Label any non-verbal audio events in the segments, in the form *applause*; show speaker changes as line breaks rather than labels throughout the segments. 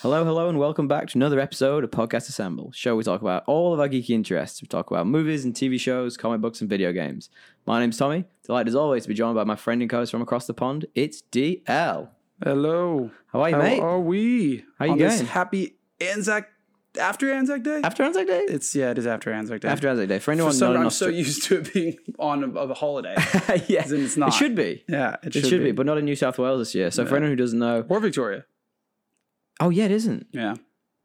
Hello, hello, and welcome back to another episode of Podcast Assemble. Show we talk about all of our geeky interests. We talk about movies and TV shows, comic books, and video games. My name's Tommy. Delighted as always to be joined by my friend and co-host from across the pond. It's DL.
Hello.
How are you,
How
mate?
are we?
How you
on This
going?
happy Anzac after Anzac Day.
After Anzac Day.
it's yeah, it is after Anzac Day.
After Anzac Day. For
For
anyone
some-
not in
I'm so
Australia,
used to it being on a, of a holiday.
*laughs* yeah,
As in it's not.
It should be.
yeah,
It should, be. but not in New South Wales this year. So for
No.
anyone who doesn't know,
or Victoria.
oh yeah, it isn't.
Yeah,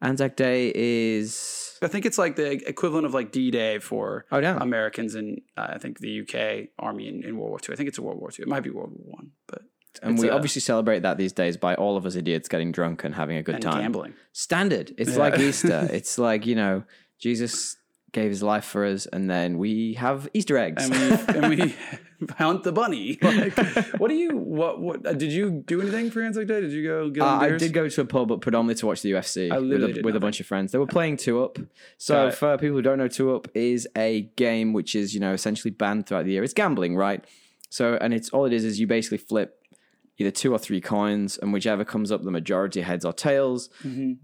Anzac Day is
I think it's like the equivalent of like D Day for
oh damn.
Americans in uh, I think the UK Army in, in World War II. I think it's a World War II. It might be World War One, but
and
it's
we
a-
obviously celebrate that these days by all of us idiots getting drunk and having a good
and
time.
gambling.
standard. It's
Yeah.
like
*laughs*
Easter. it's like, you know, Jesus gave his life for us and then we have Easter eggs.
and we and we *laughs* hunt the bunny. Like, what do you what what uh, did you do anything for Anzac Day? Did you go get
Uh,
any
I
beers?
did go to a pub, but predominantly to watch the UFC
I
with,
literally
a,
did
with a
nothing.
bunch of friends. They were playing Two Up.
Got
So,
it.
for people who don't know, Two Up is a game which is, you know, essentially banned throughout the year. It's gambling, right? So, and it's all it is is you basically flip either two or three coins, and whichever comes up the majority heads or tails,
Mhm.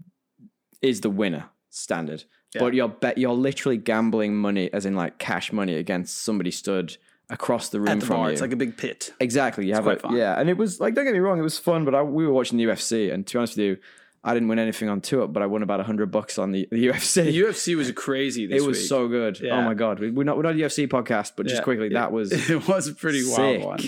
is the winner standard.
Yeah.
But you're bet you're literally gambling money, as in like cash money, against somebody stood across the room
at the
from
bar.
you.
It's like a big pit.
exactly, you have
quite
a-
fun.
yeah, and it was like don't get me wrong, it was fun. But I, we were watching the UFC, and to be honest with you, I didn't win anything on two up, but I won about hundred bucks on the, *laughs* the
The
UFC.
UFC was crazy
it
this
was
week.
so good. Oh
Yeah.
my god, We- we're not we're not a UFC podcast, but just
Yeah.
quickly, that was
*laughs* it was a *laughs* pretty
sick.
wild one.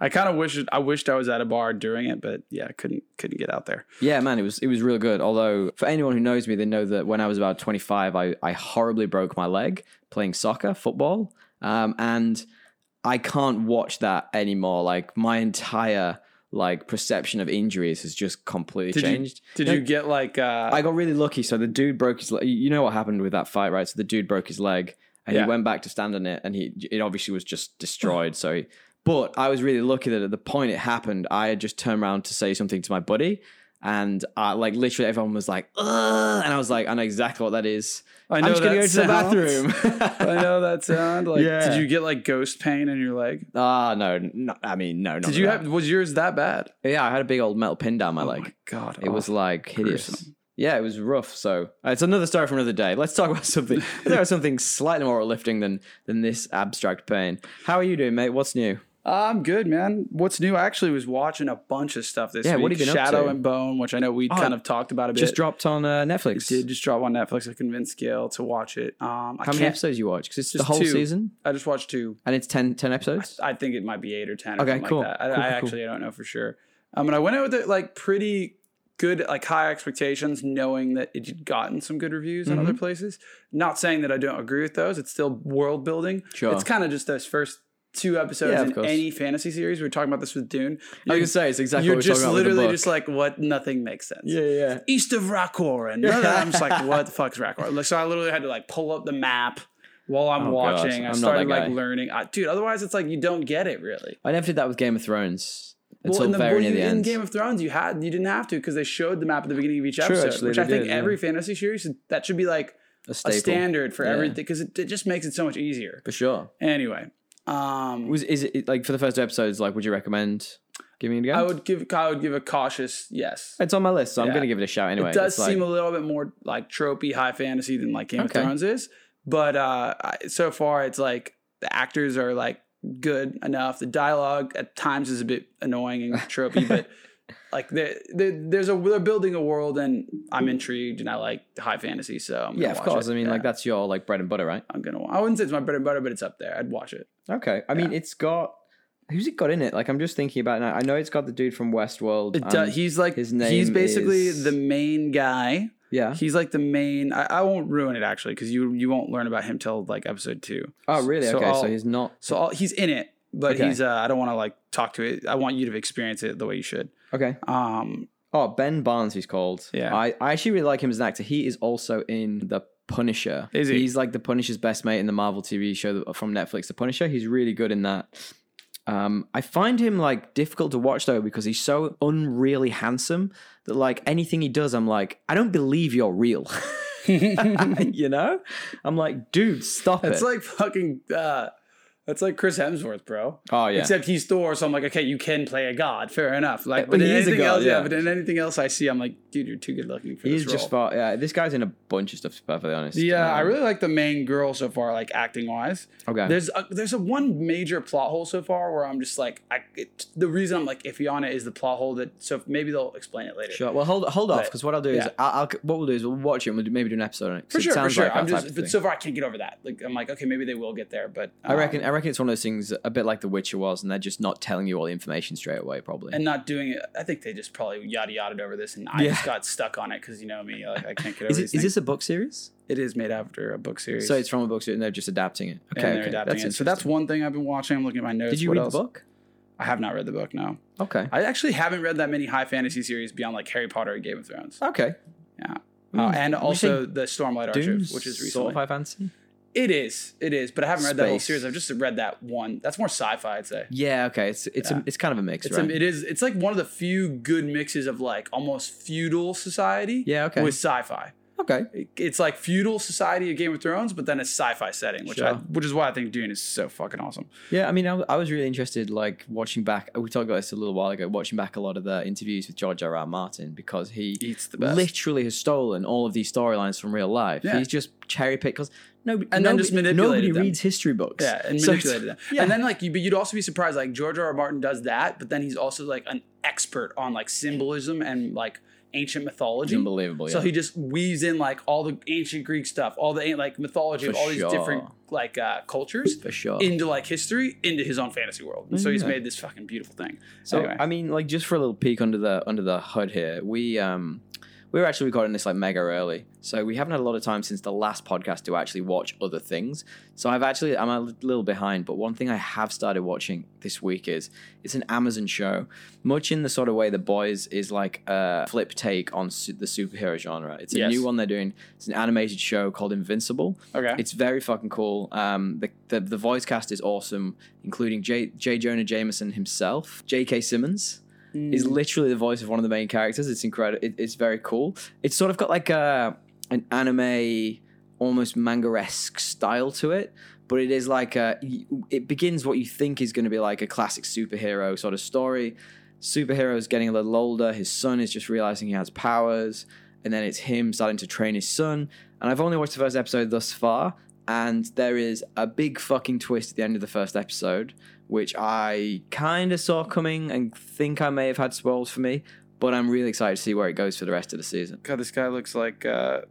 I kind of wish it- I wished I was at a bar during it, but yeah, I couldn't couldn't get out there.
Yeah, man, it was it was real good. Although for anyone who knows me, they know that when I was about 25, I, I horribly broke my leg playing soccer, football, um, and I can't watch that anymore. Like my entire like perception of injuries has just completely
Did you-
changed.
Did
Yeah.
you get like uh
I got really lucky. So the dude broke his leg. You know what happened with that fight, right? So the dude broke his leg and
Yeah.
he went back to stand on it and he it obviously was just
*sighs*
destroyed. So he, but I was really lucky that at the point it happened, I had just turned around to say something to my buddy. And I, like literally everyone was like, Ugh! and I was like, I know exactly what that is.
I
I'm just gonna
that
go to
sounds-
the bathroom.
*laughs*
*laughs*
I know that sound like
Yeah.
did you get like ghost pain in your leg?
Ah, no, no, I mean, no, no.
Did you have was yours that bad?
Yeah, I had a big old metal pin down my
oh
leg.
my god.
It was
awful.
like hideous.
gruesome.
Yeah, it was rough. So uh, it's another story for another day. Let's talk about *laughs* something. Let's talk about something slightly more uplifting than than this abstract pain. How are you doing, mate? What's new?
I'm good, man. What's new? I actually was watching a bunch of stuff this
Yeah,
week.
what have you been up
Shadow
to?
and Bone, which I know we
Oh,
kind of talked about a bit.
Just dropped on uh, Netflix.
It did just drop on Netflix. I convinced Gail to watch it. Um, I
How many
can't.
episodes you watch? Because it's the
Just
whole
two.
season,
I just watched two.
and it's 10, 10 episodes.
I think it might be eight or ten. Or
Okay,
okay, something
cool.
Like that. I,
Cool,
I
cool, cool.
actually don't know for sure. Um, and I went out with it, like pretty good, like high expectations, knowing that it had gotten some good reviews
Mhm.
on other places. Not saying that I don't agree with those. It's still world building.
Sure.
It's kind of just those first two episodes
Yeah, of
in
course. Oh,
any fantasy series. We were talking about this with Dune.
I
You're-
can say it's exactly
You're
what we're
just
talking about with the
literally
book.
just like what nothing makes sense.
yeah, yeah.
East of Rakor, and none of that. I'm just like, what the fuck's Rakor? Like, so I literally had to like pull up the map while I'm
Oh, God.
watching.
I'm
I
not
started
that
like
guy.
learning, I, dude. Otherwise, it's like you don't get it really.
I never did that with Game of Thrones until
in the,
very near
you-
the
in
end.
Game of Thrones, you had you didn't have to because they showed the map at the beginning of each
True,
episode,
actually,
which
they
I think
did, yeah.
every fantasy series that should be like
a
a
staple
standard for
Yeah.
everything because it, it just makes it so much easier.
for sure.
Anyway, um,
Was is it like for the first two episodes? Like, would you recommend giving it a go?
I would give I would give a cautious yes.
It's on my list, so I'm
Yeah.
going to give it a shout anyway.
it does
It's like-
seem a little bit more like tropey high fantasy than like Game
Okay.
of Thrones is, but uh, I- so far it's like the actors are like good enough. The dialogue at times is a bit annoying *laughs* and tropey, but like they're, they there's a they're building a world and I'm intrigued and I like high fantasy, so I'm gonna
yeah, of
watch
course.
it.
I mean,
Yeah.
like that's your like bread and butter, right?
I'm gonna. wa- I wouldn't say it's my bread and butter, but it's up there. I'd watch it.
Okay. I mean, it's got who's it got in it? Like, I'm just thinking about it now. I know it's got the dude from Westworld. um,
It
and-
does, he's like
his
he's
name
basically
is-
the main guy.
yeah.
He's like the main. I, I won't ruin it actually because you you won't learn about him till like episode two.
Oh, really?
so
okay. so
I'll-
he's not.
So all, he's in it, but
Okay.
he's. Uh, I don't want to like talk to it. I want you to experience it the way you should.
Okay. *laughs*
Um,
Oh, Ben Barnes, he's called.
Yeah.
I, I actually really like him as an actor. He is also in The Punisher.
Is he?
He's like the Punisher's best mate in the Marvel TV show that- from Netflix, The Punisher. He's really good in that. Um, I find him like difficult to watch though because he's so unreally handsome that like anything he does, I'm like, I don't believe you're real. *laughs*
it's
you know, I'm like, dude, stop it.
like fucking. Uh, That's like Chris Hemsworth, bro.
Oh yeah.
Except he's Thor, so I'm like, okay, you can play a god, fair enough. Like,
But
but in
he is a
anything
god,
else, yeah.
yeah.
But in anything else I see, I'm like, dude, you're too good looking for
He's
this
just
role.
far, yeah. This guy's in a bunch of stuff. To be perfectly honest.
yeah, I
Um,
really like the main girl so far, like acting wise.
okay.
There's a, there's a one major plot hole so far where I'm just like, I it, the reason I'm like iffy on it is the plot hole that so maybe they'll explain it later.
Sure. Well, hold hold off
But-
because what I'll do is
yeah.
I'll, I'll what we'll do is we'll watch it and we'll do, maybe do an episode on it. 'cause
For
it
sure, for
sounds
sure.
like that
I'm
type
just,
of
but
thing.
so far I can't get over that. Like, I'm like, okay, maybe they will get there, but
I
um,
reckon I reckon it's one of those things about like The Witcher was, and they're just not telling you all the information straight away. Probably.
um, and not doing it. I think they just probably yada yada over this, and I
Yeah.
just got stuck on it because you know me, like I can't get
*laughs*
over
is it,
these
is
things.
this a book series?
it is made after a book series,
So it's from a book series, and they're just adapting it.
and
Okay,
they're
okay.
adapting
that's
it. So that's one thing I've been watching. I'm looking at my notes.
Did you
What
read
else?
the book?
I have not read the book. No,
Okay.
I actually haven't read that many high fantasy series beyond like Harry Potter and Game of Thrones.
Okay.
Yeah.
Hmm.
Uh, and
Would you say
also the Stormlight Archive,
Doom's
which is recently.
sort of high fantasy.
It is, it is, but I haven't read that whole
Space.
series. I've just read that one. That's more sci-fi, I'd say.
Yeah. Okay. It's it's
Yeah.
A, it's kind of a mix,
It's
right?
a, it is. It's like one of the few good mixes of like almost feudal society
yeah. Okay.
with sci-fi.
okay.
It- It's like feudal society of Game of Thrones, but then a sci-fi setting, which I,
Sure.
which is why I think Dune is so fucking awesome.
Yeah, I mean, I, w- I was really interested, like watching back. We talked about this a little while ago. Watching back a lot of the interviews with George R. R. Martin because he
It's the best.
literally has stolen all of these storylines from real life.
Yeah.
He's just cherry picked because nobody
And then
nobody,
just manipulated
nobody
them.
reads history books.
Yeah, and
So it's-
manipulated them.
yeah.
And then like you, but you'd also be surprised. Like George R. R. Martin does that, but then he's also like an expert on like symbolism and like ancient
It's
mythology.
unbelievable.
So
yeah.
he just weaves in like all the ancient Greek stuff, all the an- like mythology of
For
all these
sure.
different like uh, cultures
for sure.
into like history into his own fantasy world. And so he's
Yeah.
made this fucking beautiful thing.
So
Anyway.
I mean, like just for a little peek under the under the hood here, we um we were actually recording this like mega early, so we haven't had a lot of time since the last podcast to actually watch other things. So I've actually I'm a little behind, but one thing I have started watching this week is it's an Amazon show, much in the sort of way The Boys is like a flip take on su- the superhero genre. It's a
Yes.
new one they're doing. It's an animated show called Invincible.
Okay.
It's very fucking cool. Um, the, the the voice cast is awesome, including J. J. Jonah Jameson himself. J.K. Simmons is
Mm.
literally the voice of one of the main characters. It's incredible. It, it's very cool. It's sort of got like a an anime, almost manga-esque style to it, but it is like a, it begins what you think is going to be like a classic superhero sort of story. Superhero's getting a little older. His son is just realizing he has powers, and then it's him starting to train his son. And I've only watched the first episode thus far, and there is a big fucking twist at the end of the first episode, which I kind of saw coming and think I may have had spoiled for me. But I'm really excited to see where it goes for the rest of the season.
God, this guy looks like uh,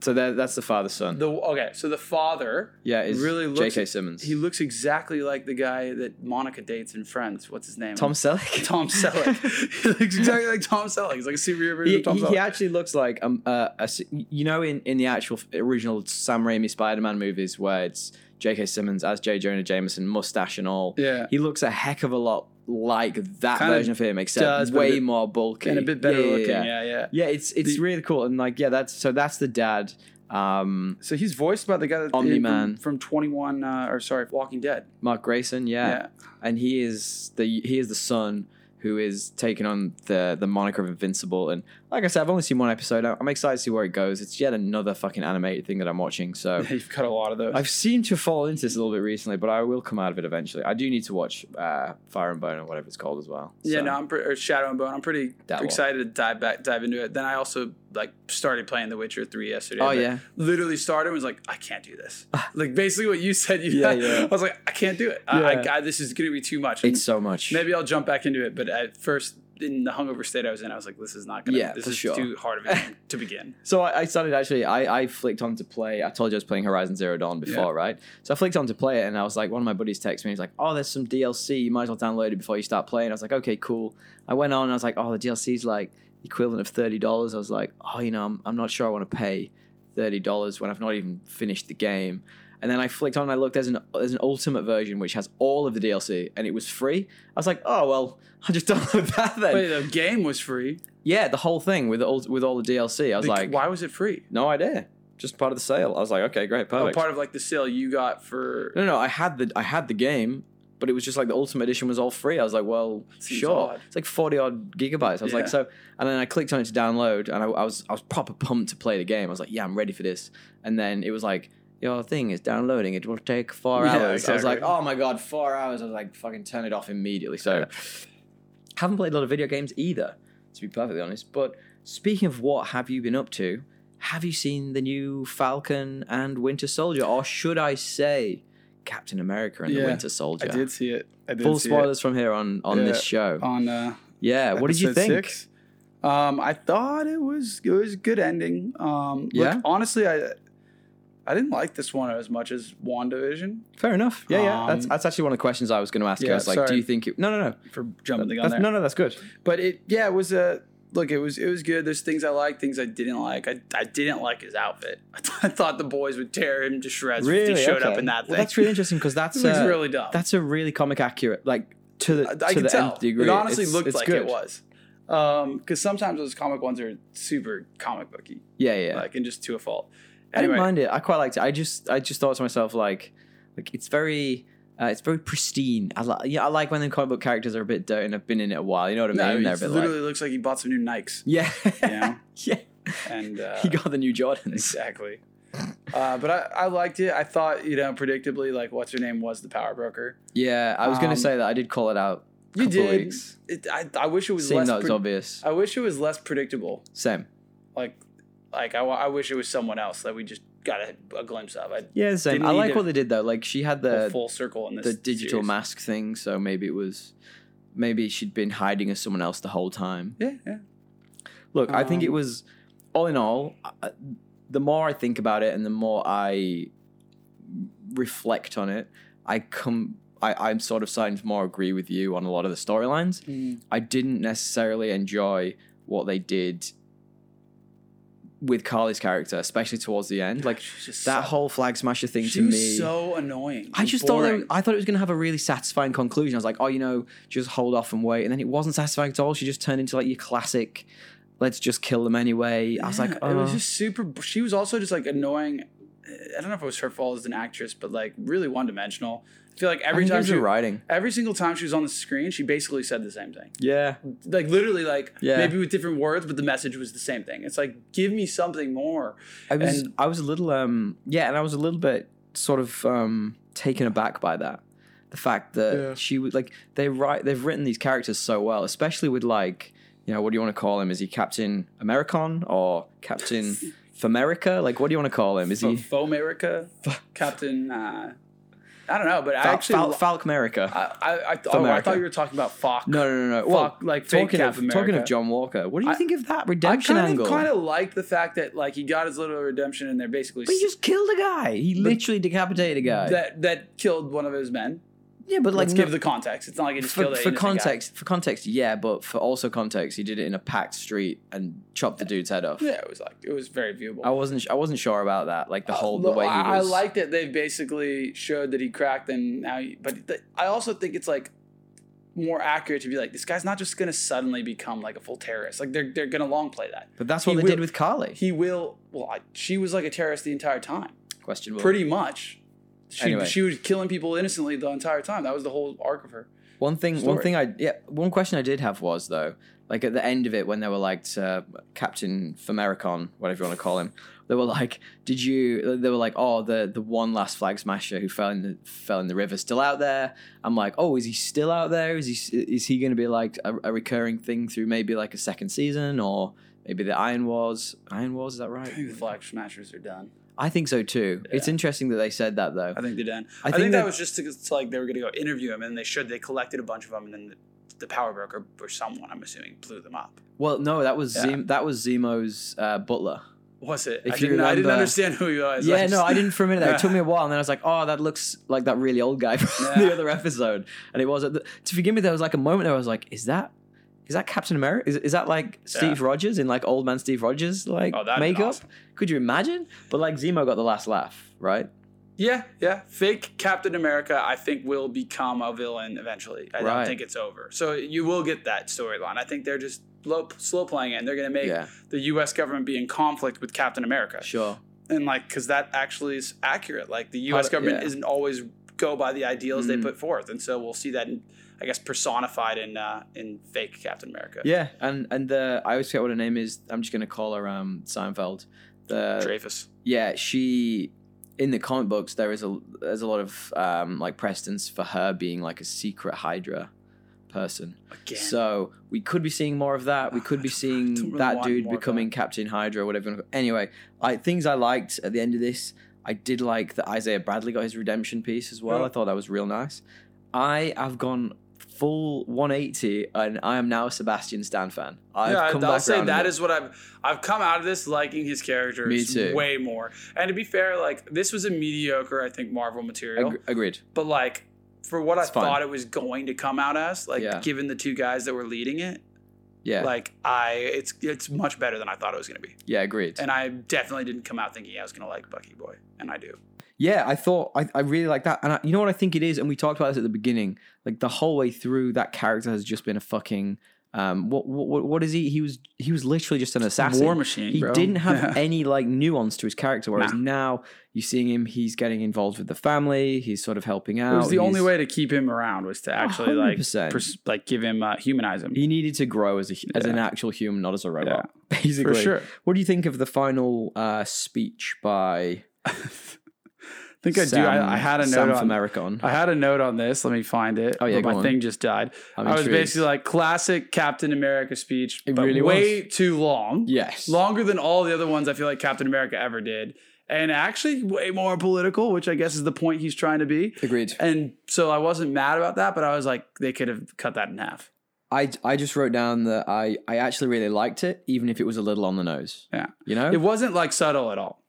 So there, that's the father son.
the okay. So the father,
Yeah, is
Really looks-
J.K. Simmons.
he looks exactly like the guy that Monica dates in Friends. What's his name? *laughs*
Tom Selleck.
Tom Selleck. he looks exactly like Tom Selleck. He's like a superior
*laughs*
version
he,
of Tom
he-
Selleck.
he actually looks like um uh, a s- you know in, in the actual f- original Sam Raimi Spider-Man movies where it's J.K. Simmons as J. Jonah Jameson, mustache and all.
yeah.
He looks a heck of a lot like that
Kinda
version of him, except
does, but a
way
bit-
more bulky
And a bit better
Yeah, yeah,
looking.
Yeah,
yeah. yeah.
Yeah, it's it's
The-
really cool and like yeah, that's so that's the dad. Um,
So he's voiced by the guy that
Omni-Man.
from, from 21 uh, or sorry, Walking Dead.
Mark Grayson, yeah. and he is the he is the son who is taking on the the moniker of Invincible. And like I said, I've only seen one episode. I- I'm excited to see where it goes. It's yet another fucking animated thing that I'm watching.
*laughs*
So
You've cut a lot of those.
I've seemed to fall into this a little bit recently, but I will come out of it eventually. I do need to watch uh, Fire and Bone or whatever it's called as well.
yeah,
So,
no, I'm pretty, or Shadow and Bone. I'm pretty
That one.
excited to dive back, dive into it. Then I also like started playing The Witcher 3 yesterday.
Oh
Like,
yeah, Ah.
literally started and was like, I can't do this. like basically what you said. You,
Yeah, yeah.
I was like, I can't do it. I-
Yeah.
I, I, this is gonna be too much. And
it's so much.
maybe I'll jump back into it, but at first. In the hungover state I was in, I was like, "This is not gonna.
Yeah,
this
for
is
sure.
too hard
*laughs*
of a game to begin."
So I, I started actually. I, I flicked on to play. I told you I was playing Horizon Zero Dawn before,
Yeah.
right? So I flicked on to play it, and I was like, one of my buddies texted me. He's like, "Oh, there's some DLC. You might as well download it before you start playing." I was like, "Okay, cool." I went on. and I was like, "Oh, the DLC's like the equivalent of thirty dollars." I was like, "Oh, you know, I'm, I'm not sure I want to pay thirty dollars when I've not even finished the game." And then I flicked on. and I looked. There's an there's an ultimate version which has all of the DLC, and it was free. I was like, "Oh well, *laughs* I'll just download that then."
Wait, the game was free.
Yeah, the whole thing with all, with all the DLC. I was
The-
like,
"Why was it free?"
no idea. Just part of the sale. I was like, okay, great,
Oh,
perfect.
part of like the sale you got for
no, no, I had the I had the game, but it was just like the ultimate edition was all free. I was like, well,
Seems
sure.
odd.
It's like forty odd gigabytes. I was
Yeah.
like, so, and then I clicked on it to download, and I, I was I was proper pumped to play the game. I was like, yeah, I'm ready for this. And then it was like your thing is downloading. It will take four
Yeah,
hours. I was like,
exactly.
oh my god, four hours. I was like, fucking turn it off immediately. So, haven't played a lot of video games either, to be perfectly honest. But speaking of what have you been up to? Have you seen the new Falcon and Winter Soldier, or should I say, Captain America and the
Yeah,
Winter Soldier?
I did see it. I did
Full
see
spoilers from here on on
Yeah.
this show.
it on. Uh,
yeah, what did you
episode
think?
six. Um, I thought it was it was a good ending. Um, look,
Yeah?
honestly, I I didn't like this one as much as Wandavision.
Fair enough. Yeah, yeah. that's
Um,
that's actually one of the questions I was going to ask. I
yeah,
was like, do
sorry.
you think? It, no, no, no.
For jumping the gun
That's-
there,
no, no. That's good.
but it yeah it was a look. It was it was good. There's things I liked, things I didn't like. I, I didn't like his outfit. *laughs* I, th- I thought the boys would tear him to shreds if he showed up
Okay.
in that thing.
Well, that's really interesting because that's
*laughs* it looks
uh,
really dumb.
that's a really comic accurate like to the
I,
to
I could
the
tell.
nth degree.
It honestly
It's-
looked
it's
like
good.
it was. Because sometimes those comic ones are super comic booky,
Yeah, yeah.
like and just to a fault.
I
Anyway,
didn't mind it. I quite liked it. I just I just thought to myself like like it's very. Uh, it's very pristine. I like, yeah, I like when the comic book characters are a bit dirty and have been in it a while. You know what I
no,
mean?
he
They're a bit like,
literally looks like he bought some new Nikes.
*laughs* yeah, *laughs*
You know?
yeah.
and uh,
he got the new
*laughs*
Jordans.
exactly. Uh, but I, I liked it. I thought, you know, predictably, like what's her name was the power broker.
Yeah, I was gonna
Um,
say that. I did call it out. a
You
couple of
did.
Weeks.
It, I, I wish it was
Seemed
less.
that was Oh.
pre-
obvious.
I wish it was less predictable.
Same.
Like, like I, wa- I wish it was someone else that we just got a, a glimpse of. I
Yeah, same.
Didn't
I
need
like
to-
what they did though. Like she had
the,
the
full circle in this.
the digital
series.
mask thing, so maybe it was maybe she'd been hiding as someone else the whole time.
Yeah, yeah.
Look, I think it
Um,
was all in all. I- The more I think about it, and the more I reflect on it, I come. I, I'm sort of starting to more agree with you on a lot of the storylines.
Mm-hmm.
I didn't necessarily enjoy what they did with Carly's character, especially towards the end. Like
She's just
that
so-
whole flag smasher thing
she
to
was
me.
so annoying.
I
and
just thought
boring.
that, I thought it was going to have a really satisfying conclusion. I was like, oh, you know, just hold off and wait, and then it wasn't satisfying at all. She just turned into like your classic, let's just kill them anyway. I was like,
Yeah, it was
"Oh."
just super. She was also just like annoying. I don't know if it was her fault as an actress, but like really one dimensional. I feel like every
I think it
time
was
she,
the writing,
every single time she was on the screen, she basically said the same thing.
yeah,
Like literally, like
Yeah.
maybe with different words, but the message was the same thing. It's like give me something more.
I was
And-
I was a little um yeah, and I was a little bit sort of um taken aback by that. The fact that
Yeah.
she was like they write they've written these characters so well, especially with like you know what do you want to call him? Is he Captain American or Captain Famerica? Like what do you want to call him? Is
Fo-
he
Fomerica, Captain? Uh, I don't know, but I
Fal-
actually,
Fal- Falcmerica?
I, I, I, oh, I
Fomerica.
thought you were talking about Fox.
No, no, no, no. Well,
Fox, like fake
talking of,
Captain
talking
America.
of John Walker, what do you
I-
think of that
I
redemption
kind
angle?
of kind of like the fact that like he got his little redemption and they're basically
but he just killed a guy. He
But-
literally decapitated a guy.
that that killed one of his men.
yeah, but like
Let's
no-
give the context. It's not like he just
for,
killed
for
an innocent guy.
context, for context, yeah, but for also context, he did it in a packed street and chopped the dude's head off.
Yeah, it was like it was very viewable.
I wasn't, I wasn't sure about that, like the
Uh,
whole
look,
the way he
I,
was.
I like that they basically showed that he cracked and now, he, but th- I also think it's like more accurate to be like this guy's not just gonna suddenly become like a full terrorist. Like they're they're gonna long play that.
but that's what
he
they
will-
did with Carly.
He will. Well, I, she was like a terrorist the entire time,
Questionable.
pretty much. She,
Anyway.
she was killing people innocently the entire time. That was the whole arc of her.
One thing, one
story.
thing I yeah, one question I did have was though, like at the end of it when they were like to Captain Famericon, whatever you want to call him, they were like, "Did you?" They were like, "Oh, the the one last flag smasher who fell in the fell in the river still out there." I'm like, "Oh, is he still out there? Is he is he going to be like a, a recurring thing through maybe like a second season or maybe the Iron Wars? Iron Wars is that
I
right?
think the flag smashers are done.
I think so too. It's
Yeah.
interesting that they said that though.
I think they're done. I,
I
think, that,
that-
was just to, it's like they were going to go interview him, and they should. They collected a bunch of them, and then the, the power broker or someone, I'm assuming, blew them up.
well, no, that was
Yeah.
Zemo, that was Zemo's uh, butler.
Was it?
If
I
you
didn't, I didn't
remember-
understand who he was.
Yeah,
just-
no, I didn't for a minute. There. It
Yeah.
took me a while, and then I was like, "Oh, that looks like that really old guy from
Yeah.
the other episode." And it was. at the- To forgive me, there was like a moment where I was like, "Is that, is that Captain America? Is, is that like Steve Rogers in like old man Steve Rogers like
*laughs* Oh, that'd been
makeup?
awesome.
Could you imagine?" But like Zemo got the last laugh, right?
Yeah, yeah. Fake Captain America, I think, will become a villain eventually. I
Right.
don't think it's over. So you will get that storyline. I think they're just low, slow playing it, and they're going to make
yeah,
the U.S. government be in conflict with Captain America.
sure.
and like because that actually is accurate like the
Part
us
of-
government
yeah.
isn't always go by the ideals they
Mm.
put forth and so we'll see that in, i guess personified in uh in fake captain america
Yeah, and and the I always forget what her name is. I'm just gonna call her um Seinfeld. The
dreyfus
yeah, she in the comic books there is a there's a lot of um, like precedence for her being like a secret Hydra person.
Again.
So we could be seeing more of that. We
Oh,
could be
I don't- I don't
seeing
really
that
want
dude
more of
becoming Captain Hydra or whatever. you wanna- Anyway, I things I liked at the end of this. I did like that Isaiah Bradley got his redemption piece as well.
Yeah.
I thought that was real nice. I have gone full 180 and I am now a Sebastian Stan fan. I've
yeah,
come
I'll
back
say
around
that
on
is what I've I've come out of this liking his character
Me too.
way more. And to be fair, like this was a mediocre, I think, Marvel
it.
material.
Ag- agreed.
but like for what
It's
I
fine.
thought it was going to come out as, like
Yeah.
given the two guys that were leading it,
Yeah.
like I it's it's much better than I thought it was gonna be.
yeah, agreed.
And I definitely didn't come out thinking I was gonna like Bucky Boy. And I do.
Yeah, I thought I, I really like that, and I, you know what I think it is, and we talked about this at the beginning. Like the whole way through, that character has just been a fucking um. What what what- what is he? He was he was literally just an assassin.
War machine.
he
bro.
didn't have
*laughs*
*laughs*
Yeah.
any like nuance to his character. Whereas
Nah.
now you're seeing him, he's getting involved with the family. He's sort of helping out.
It was the only
he's-
way to keep him around was to actually like
100%.
pers- like give him uh, humanize him.
he needed to grow as a, as
Yeah.
an actual human, not as a robot. *laughs* Basically,
for sure.
What do you think of the final uh, speech by?
I think I do. I, I had a
Sam
note on.
Americon.
I had a note on this. Let me find it.
Oh, yeah,
but my
go on.
thing just died. i was basically like classic Captain America speech,
It
but
really
way too long.
yes.
Longer than all the other ones I feel like Captain America ever did. And actually way more political, which I guess is the point he's trying to be.
Agreed.
And so I wasn't mad about that, but I was like, they could have cut that in half.
I, I just wrote down that I, I actually really liked it, even if it was a little on the nose.
Yeah.
You know?
It wasn't like subtle at all.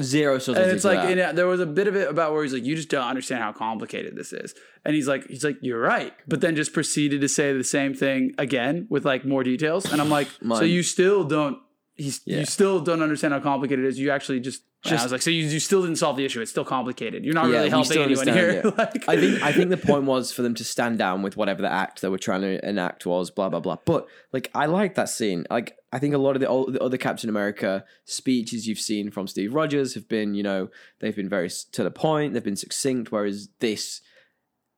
Zero subtlety.
and it's
to
like
that.
and, uh, there was a bit of it about where he's like you just don't understand how complicated this is and he's like he's like you're right but then just proceeded to say the same thing again with like more details and
*laughs*
i'm like
Mine.
so you still don't he's
Yeah.
you still don't understand how complicated it is you actually just and I
Just-
was like, so you, you still didn't solve the issue. It's still complicated. You're not
Yeah, we
really helping
still
anyone
understand
here. *laughs* like,
I think I think
*laughs*
the point was for them to stand down with whatever the act they were trying to enact was, blah blah blah. But like I like that scene. Like I think a lot of the, old, the other Captain America speeches you've seen from Steve Rogers have been, you know, they've been very s- to the point, they've been succinct. Whereas this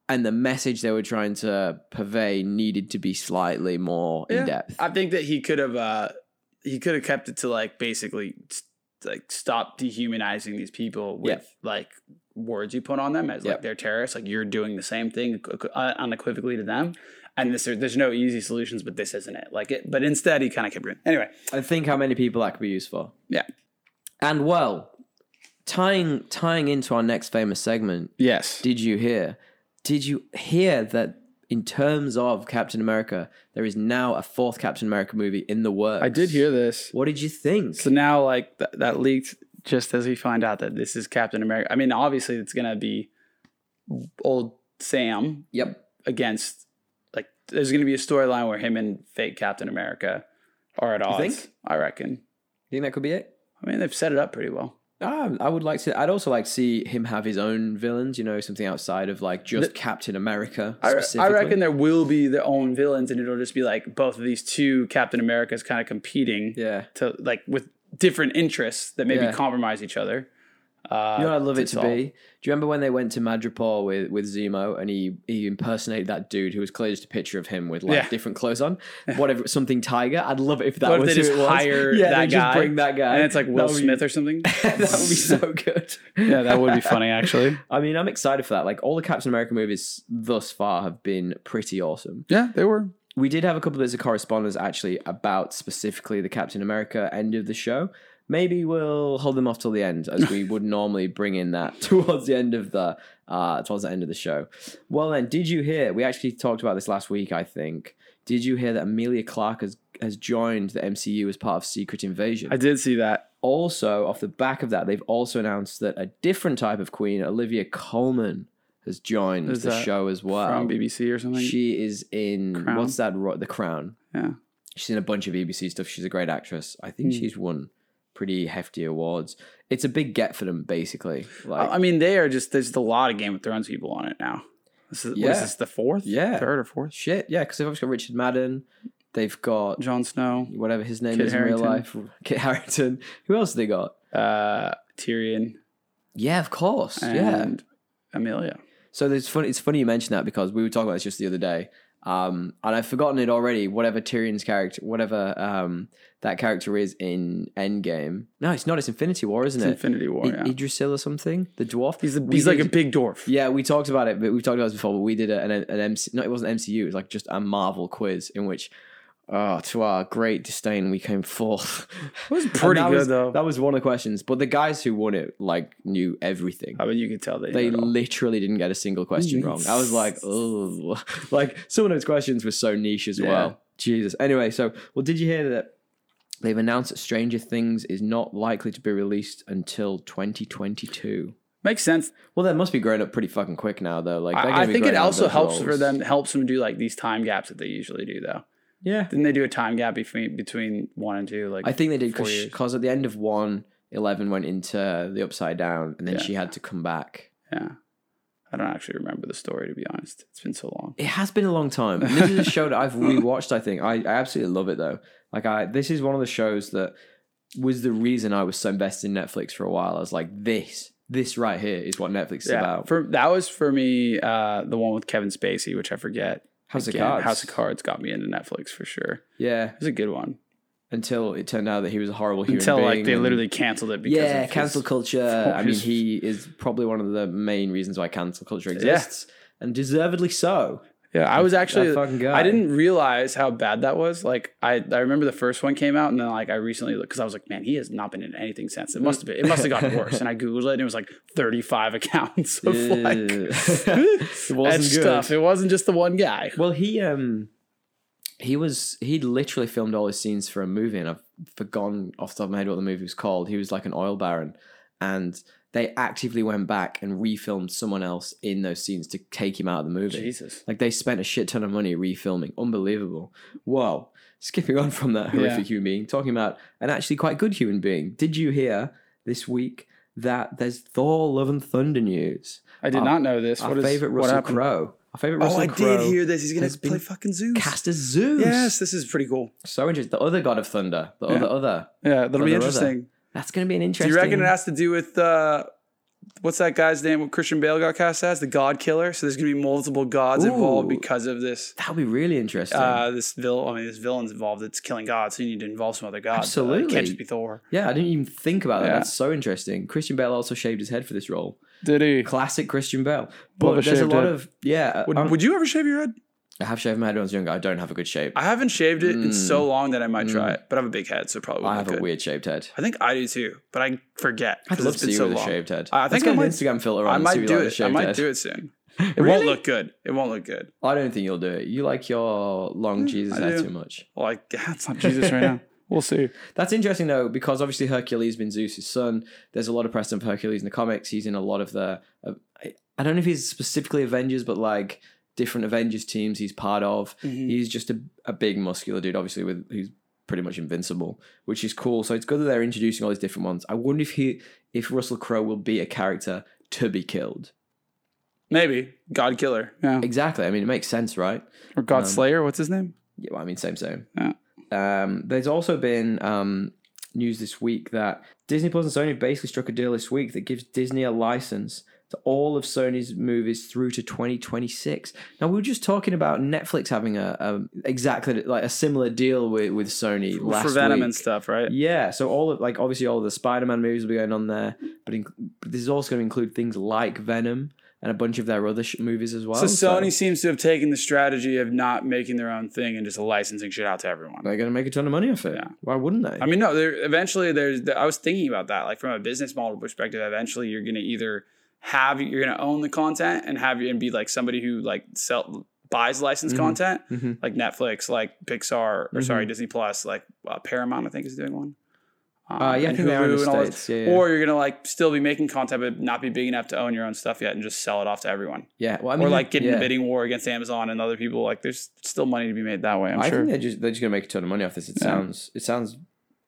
and the message they were trying to purvey needed to be slightly more
Yeah.
in depth.
I think that he could have uh he could have kept it to like basically s- like stop dehumanizing these people with
Yeah.
like words you put on them as
Yeah.
like they're terrorists like you're doing the same thing equ- uh, unequivocally to them and this there- there's no easy solutions but this isn't it like it but instead he kind of kept doing anyway
I think how many people that could be used for.
Yeah.
And well, tying tying into our next famous segment,
yes
did you hear? Did you hear that in terms of Captain America, there is now a fourth Captain America movie in the works?
I did hear this
What did you think?
so now like th- that leaked just as we find out that this is Captain America I mean obviously it's gonna be old Sam
yep.
against like there's gonna be a storyline where him and fake Captain America are at odds.
think?
I reckon.
You think that could be it?
I mean they've set it up pretty well.
Ah, I would like to. I'd also like to see him have his own villains. You know, something outside of like just Captain America.
I, I
specifically.
reckon there will be their own villains and it'll just be like both of these two Captain Americas kind of competing
Yeah.
to like with different interests that maybe
Yeah.
compromise each other. Uh,
You know what I'd love it
to
to
solve.
be? Do you remember when they went to Madripoor with, with Zemo and he, he impersonated that dude who was clearly just a picture of him with like
Yeah.
different clothes
*laughs*
on? Whatever, something tiger. I'd love it if that
What if
was
they
who
just
it was.
hire
yeah,
that
they just
guy
bring that guy.
and it's like Will
That would be-
Smith
*laughs*
or something.
that would be so good. *laughs*
yeah, that would be funny actually.
I mean, I'm excited for that. Like all the Captain America movies thus far have been pretty awesome.
Yeah, they were.
We did have a couple bits of correspondence actually about specifically the Captain America end of the show. Maybe we'll hold them off till the end, as we
*laughs*
would normally bring in that *laughs* towards the end of the uh, towards the end of the show. Well, then, did you hear? We actually talked about this last week, I think. Did you hear that Amelia Clark has has joined the MCU as part of Secret Invasion?
I did see that.
also off the back of that they've also announced that a different type of queen olivia coleman has joined
Is
the
that
show as well
From BBC or something.
she is in
Crown?
what's that ro- the crown
Yeah.
she's in a bunch of bbc stuff she's a great actress i think
Hmm.
she's won pretty hefty awards it's a big get for them basically like
I I mean, they are just there's a lot of Game of Thrones people on it now. This is, what
Yeah.
is this the fourth?
Yeah.
third or fourth?
shit yeah because they've obviously got richard madden they've got
Jon Snow,
whatever his name
Kit
is in real life *laughs*
Harington.
kit harrington who else have they got
uh, Tyrion,
yeah of
Uh,
course yeah
and Amelia.
So there's fun, it's funny you mention that because we were talking about this just the other day. Um, and I've forgotten it already. Whatever Tyrion's character, whatever um, that character is in Endgame. No, it's not. It's Infinity War, isn't
It's
it?
Infinity War.
I-
yeah.
Idrisil or something, the dwarf.
he's a,
We
he's like a
did-
big dwarf.
Yeah, we talked about it, but we've talked about this before. But we did a- an, an MC, no, it wasn't MCU. It was like just a Marvel quiz in which, oh, to our great disdain, we came fourth.
It was
*laughs*
pretty
And that
good
was-
though.
That was one of the questions. But the guys who won it like knew everything.
I mean, you can tell that.
They literally didn't get a single question wrong. I was like, oh, like some of those questions were so niche as
Yeah.
well. Jesus. Anyway, so well, did you hear that they've announced that Stranger Things is not likely to be released until 2022?
makes sense.
Well, that must be growing up pretty fucking quick now, though. Like, they're
I,
gonna
I
be
think it
growing out of
also
those
helps for
roles.
them. Helps them do like these time gaps that they usually do though.
Yeah,
Didn't they do a time gap between between one and two? Like
I think they did
four years.
because at the end of one, Eleven went into the Upside Down, and then
Yeah.
she had to come back.
Yeah. I don't actually remember the story to be honest. It's been so long.
It has been a long time. And this is a
*laughs*
show that I've rewatched. I think I, I absolutely love it though. Like I, this is one of the shows that was the reason I was so invested in Netflix for a while. I was like, this, this right here is what Netflix is about.
For that was for me uh the one with Kevin Spacey, which I forget.
House of
Again,
Cards.
House of Cards got me into Netflix for sure.
Yeah,
It was a good one.
until it turned out that he was a horrible human
Until
being.
like they
and-
literally canceled it because
yeah,
of his-
cancel
*laughs*
culture. I mean,
his-
he is probably one of the main reasons why cancel culture
Yeah.
exists, and deservedly so.
Yeah, I was actually
That fucking guy.
I didn't realize how bad that was. Like I, I remember the first one came out, and then like I recently looked because I was like, man, he has not been in anything since. It must have been. It must have gotten worse. And I googled it, and it was like 35 *laughs* accounts of
*laughs*
like
Ew.
*laughs* it
wasn't good.
stuff. It wasn't just the one guy.
Well, he um he was he literally filmed all his scenes for a movie, and I've forgotten off the top of my head what the movie was called. He was like an oil baron, and they actively went back and refilmed someone else in those scenes to take him out of the movie.
Jesus.
Like they spent a shit ton of money refilming. Unbelievable. Wow. Skipping on from that *laughs* horrific
Yeah.
human being, talking about an actually quite good human being. Did you hear this week that there's Thor Love and Thunder news?
I did
Our-
not know this.
Our
What is
favorite
what
Russell
happened?
Crowe. Our favorite
Oh,
Russell
I
Crowe
did hear this. He's gonna
has been
play fucking Zeus.
cast as Zeus.
Yes, this is pretty cool.
So interesting. The other god of thunder. The
Yeah.
other other.
Yeah,
Brother,
that'll be
brother.
interesting.
That's going to be an
Do
interesting.
you reckon it has to do with uh, what's that guy's name? What Christian Bale got cast as the God Killer? So there's gonna be multiple gods involved
Ooh.
because of this.
That'll be really interesting.
Uh, this villain, I mean, this villain's involved. It's killing gods, so you need to involve some other gods. Uh, it
Absolutely.
can't just be Thor.
yeah, I didn't even think about that.
yeah.
That's so interesting. Christian Bale also shaved his head for this role.
Did he?
Classic Christian Bale. But
a
there's a
shaved
lot
head.
of yeah.
Would,
um,
would you ever shave your head?
I have shaved my head when I was younger. I don't have a good shape.
I haven't shaved it in so long that I might try it, but I have a big head, so it probably.
Hmm. I,
wouldn't
have
look
a
good.
weird shaped head.
I think I do too, but I forget.
I'd
'cause
love to
it's
see
been
you
so
with a
long.
shaved head.
I
Let's
think
get
I
an
might-
Instagram filter on.
I
and see
might
if
do
you like the
it. I
shaved
might
head. *laughs*
do it soon. It
Really?
won't look good. It won't look good.
I don't think you'll do it. You like your long Jesus
Mm, I
hair
do.
too much.
Well,
*laughs*
I, it's not Jesus *laughs* right now. We'll see.
That's interesting though, because obviously Hercules been Zeus's son. There's a lot of precedent for Hercules in the comics. He's in a lot of the. Uh, I- I don't know if he's specifically Avengers, but like different Avengers teams he's part of.
Mm-hmm.
He's just a, a big muscular dude, obviously with who's pretty much invincible, which is cool. So it's good that they're introducing all these different ones. I wonder if he if Russell Crowe will be a character to be killed.
Maybe God Killer. Yeah.
Exactly. I mean, it makes sense, right?
Or God
Um,
Slayer. What's his name?
Yeah, well, I mean, same, same.
Yeah.
Um, there's also been um, news this week that Disney Plus and Sony basically struck a deal this week that gives Disney a license to all of Sony's movies through to 2026. Now, we were just talking about Netflix having a, a exactly like a similar deal with, with Sony last
For Venom
week.
and stuff, right?
Yeah, so all of like obviously all of the Spider-Man movies will be going on there, but, inc- but this is also going to include things like Venom and a bunch of their other sh- movies as well.
So Sony seems to have taken the strategy of not making their own thing and just licensing shit out to everyone.
they're going to make a ton of money off it.
Yeah.
Why wouldn't they?
I mean, no. There eventually, there's. I was thinking about that, like from a business model perspective. Eventually, you're gonna either have you're gonna own the content and have and be like somebody who like sell buys licensed
Mhm.
content,
Mhm.
like Netflix, like Pixar, or sorry,
Mhm.
Disney Plus, like uh, Paramount, I think is doing one. Um,
Uh, yeah, I
and
think they are in the
Hulu and all this.
States. Yeah, yeah.
Or you're gonna like still be making content, but not be big enough to own your own stuff yet, and just sell it off to everyone,
yeah. Well, I mean,
or like get in
yeah.
a bidding war against Amazon and other people. Like, there's still money to be made that way. I'm
i
sure.
think they're just they're just gonna make a ton of money off this. It
Yeah.
sounds it sounds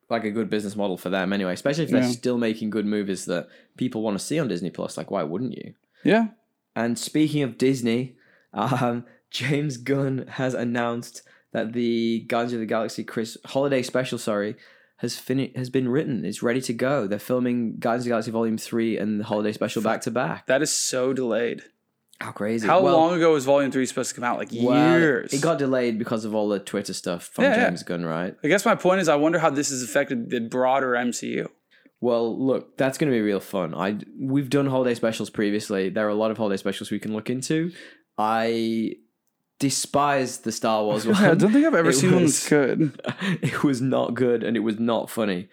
like a good business model for them anyway, especially if they're
Yeah.
still making good movies that people want to see on Disney Plus. Like, why wouldn't you?
yeah,
And speaking of Disney, um, *laughs* James Gunn has announced that the Guardians of the Galaxy Chris Holiday Special, sorry, has fin- has been written. It's ready to go. They're filming Guardians of the Galaxy Volume Three and the Holiday Special back to back.
that is so delayed.
How crazy!
How
Well,
long ago was Volume Three supposed to come out? Like
well,
years.
It got delayed because of all the Twitter stuff from
Yeah, yeah.
James Gunn, right?
I guess my point is, I wonder how this has affected the broader MCU.
Well, look, that's going to be real fun. I we've done holiday specials previously. There are a lot of holiday specials we can look into. I despise the *laughs* Star Wars one.
*laughs* I don't think I've ever
It
seen one
was-
that's good.
it was not good and it was not funny.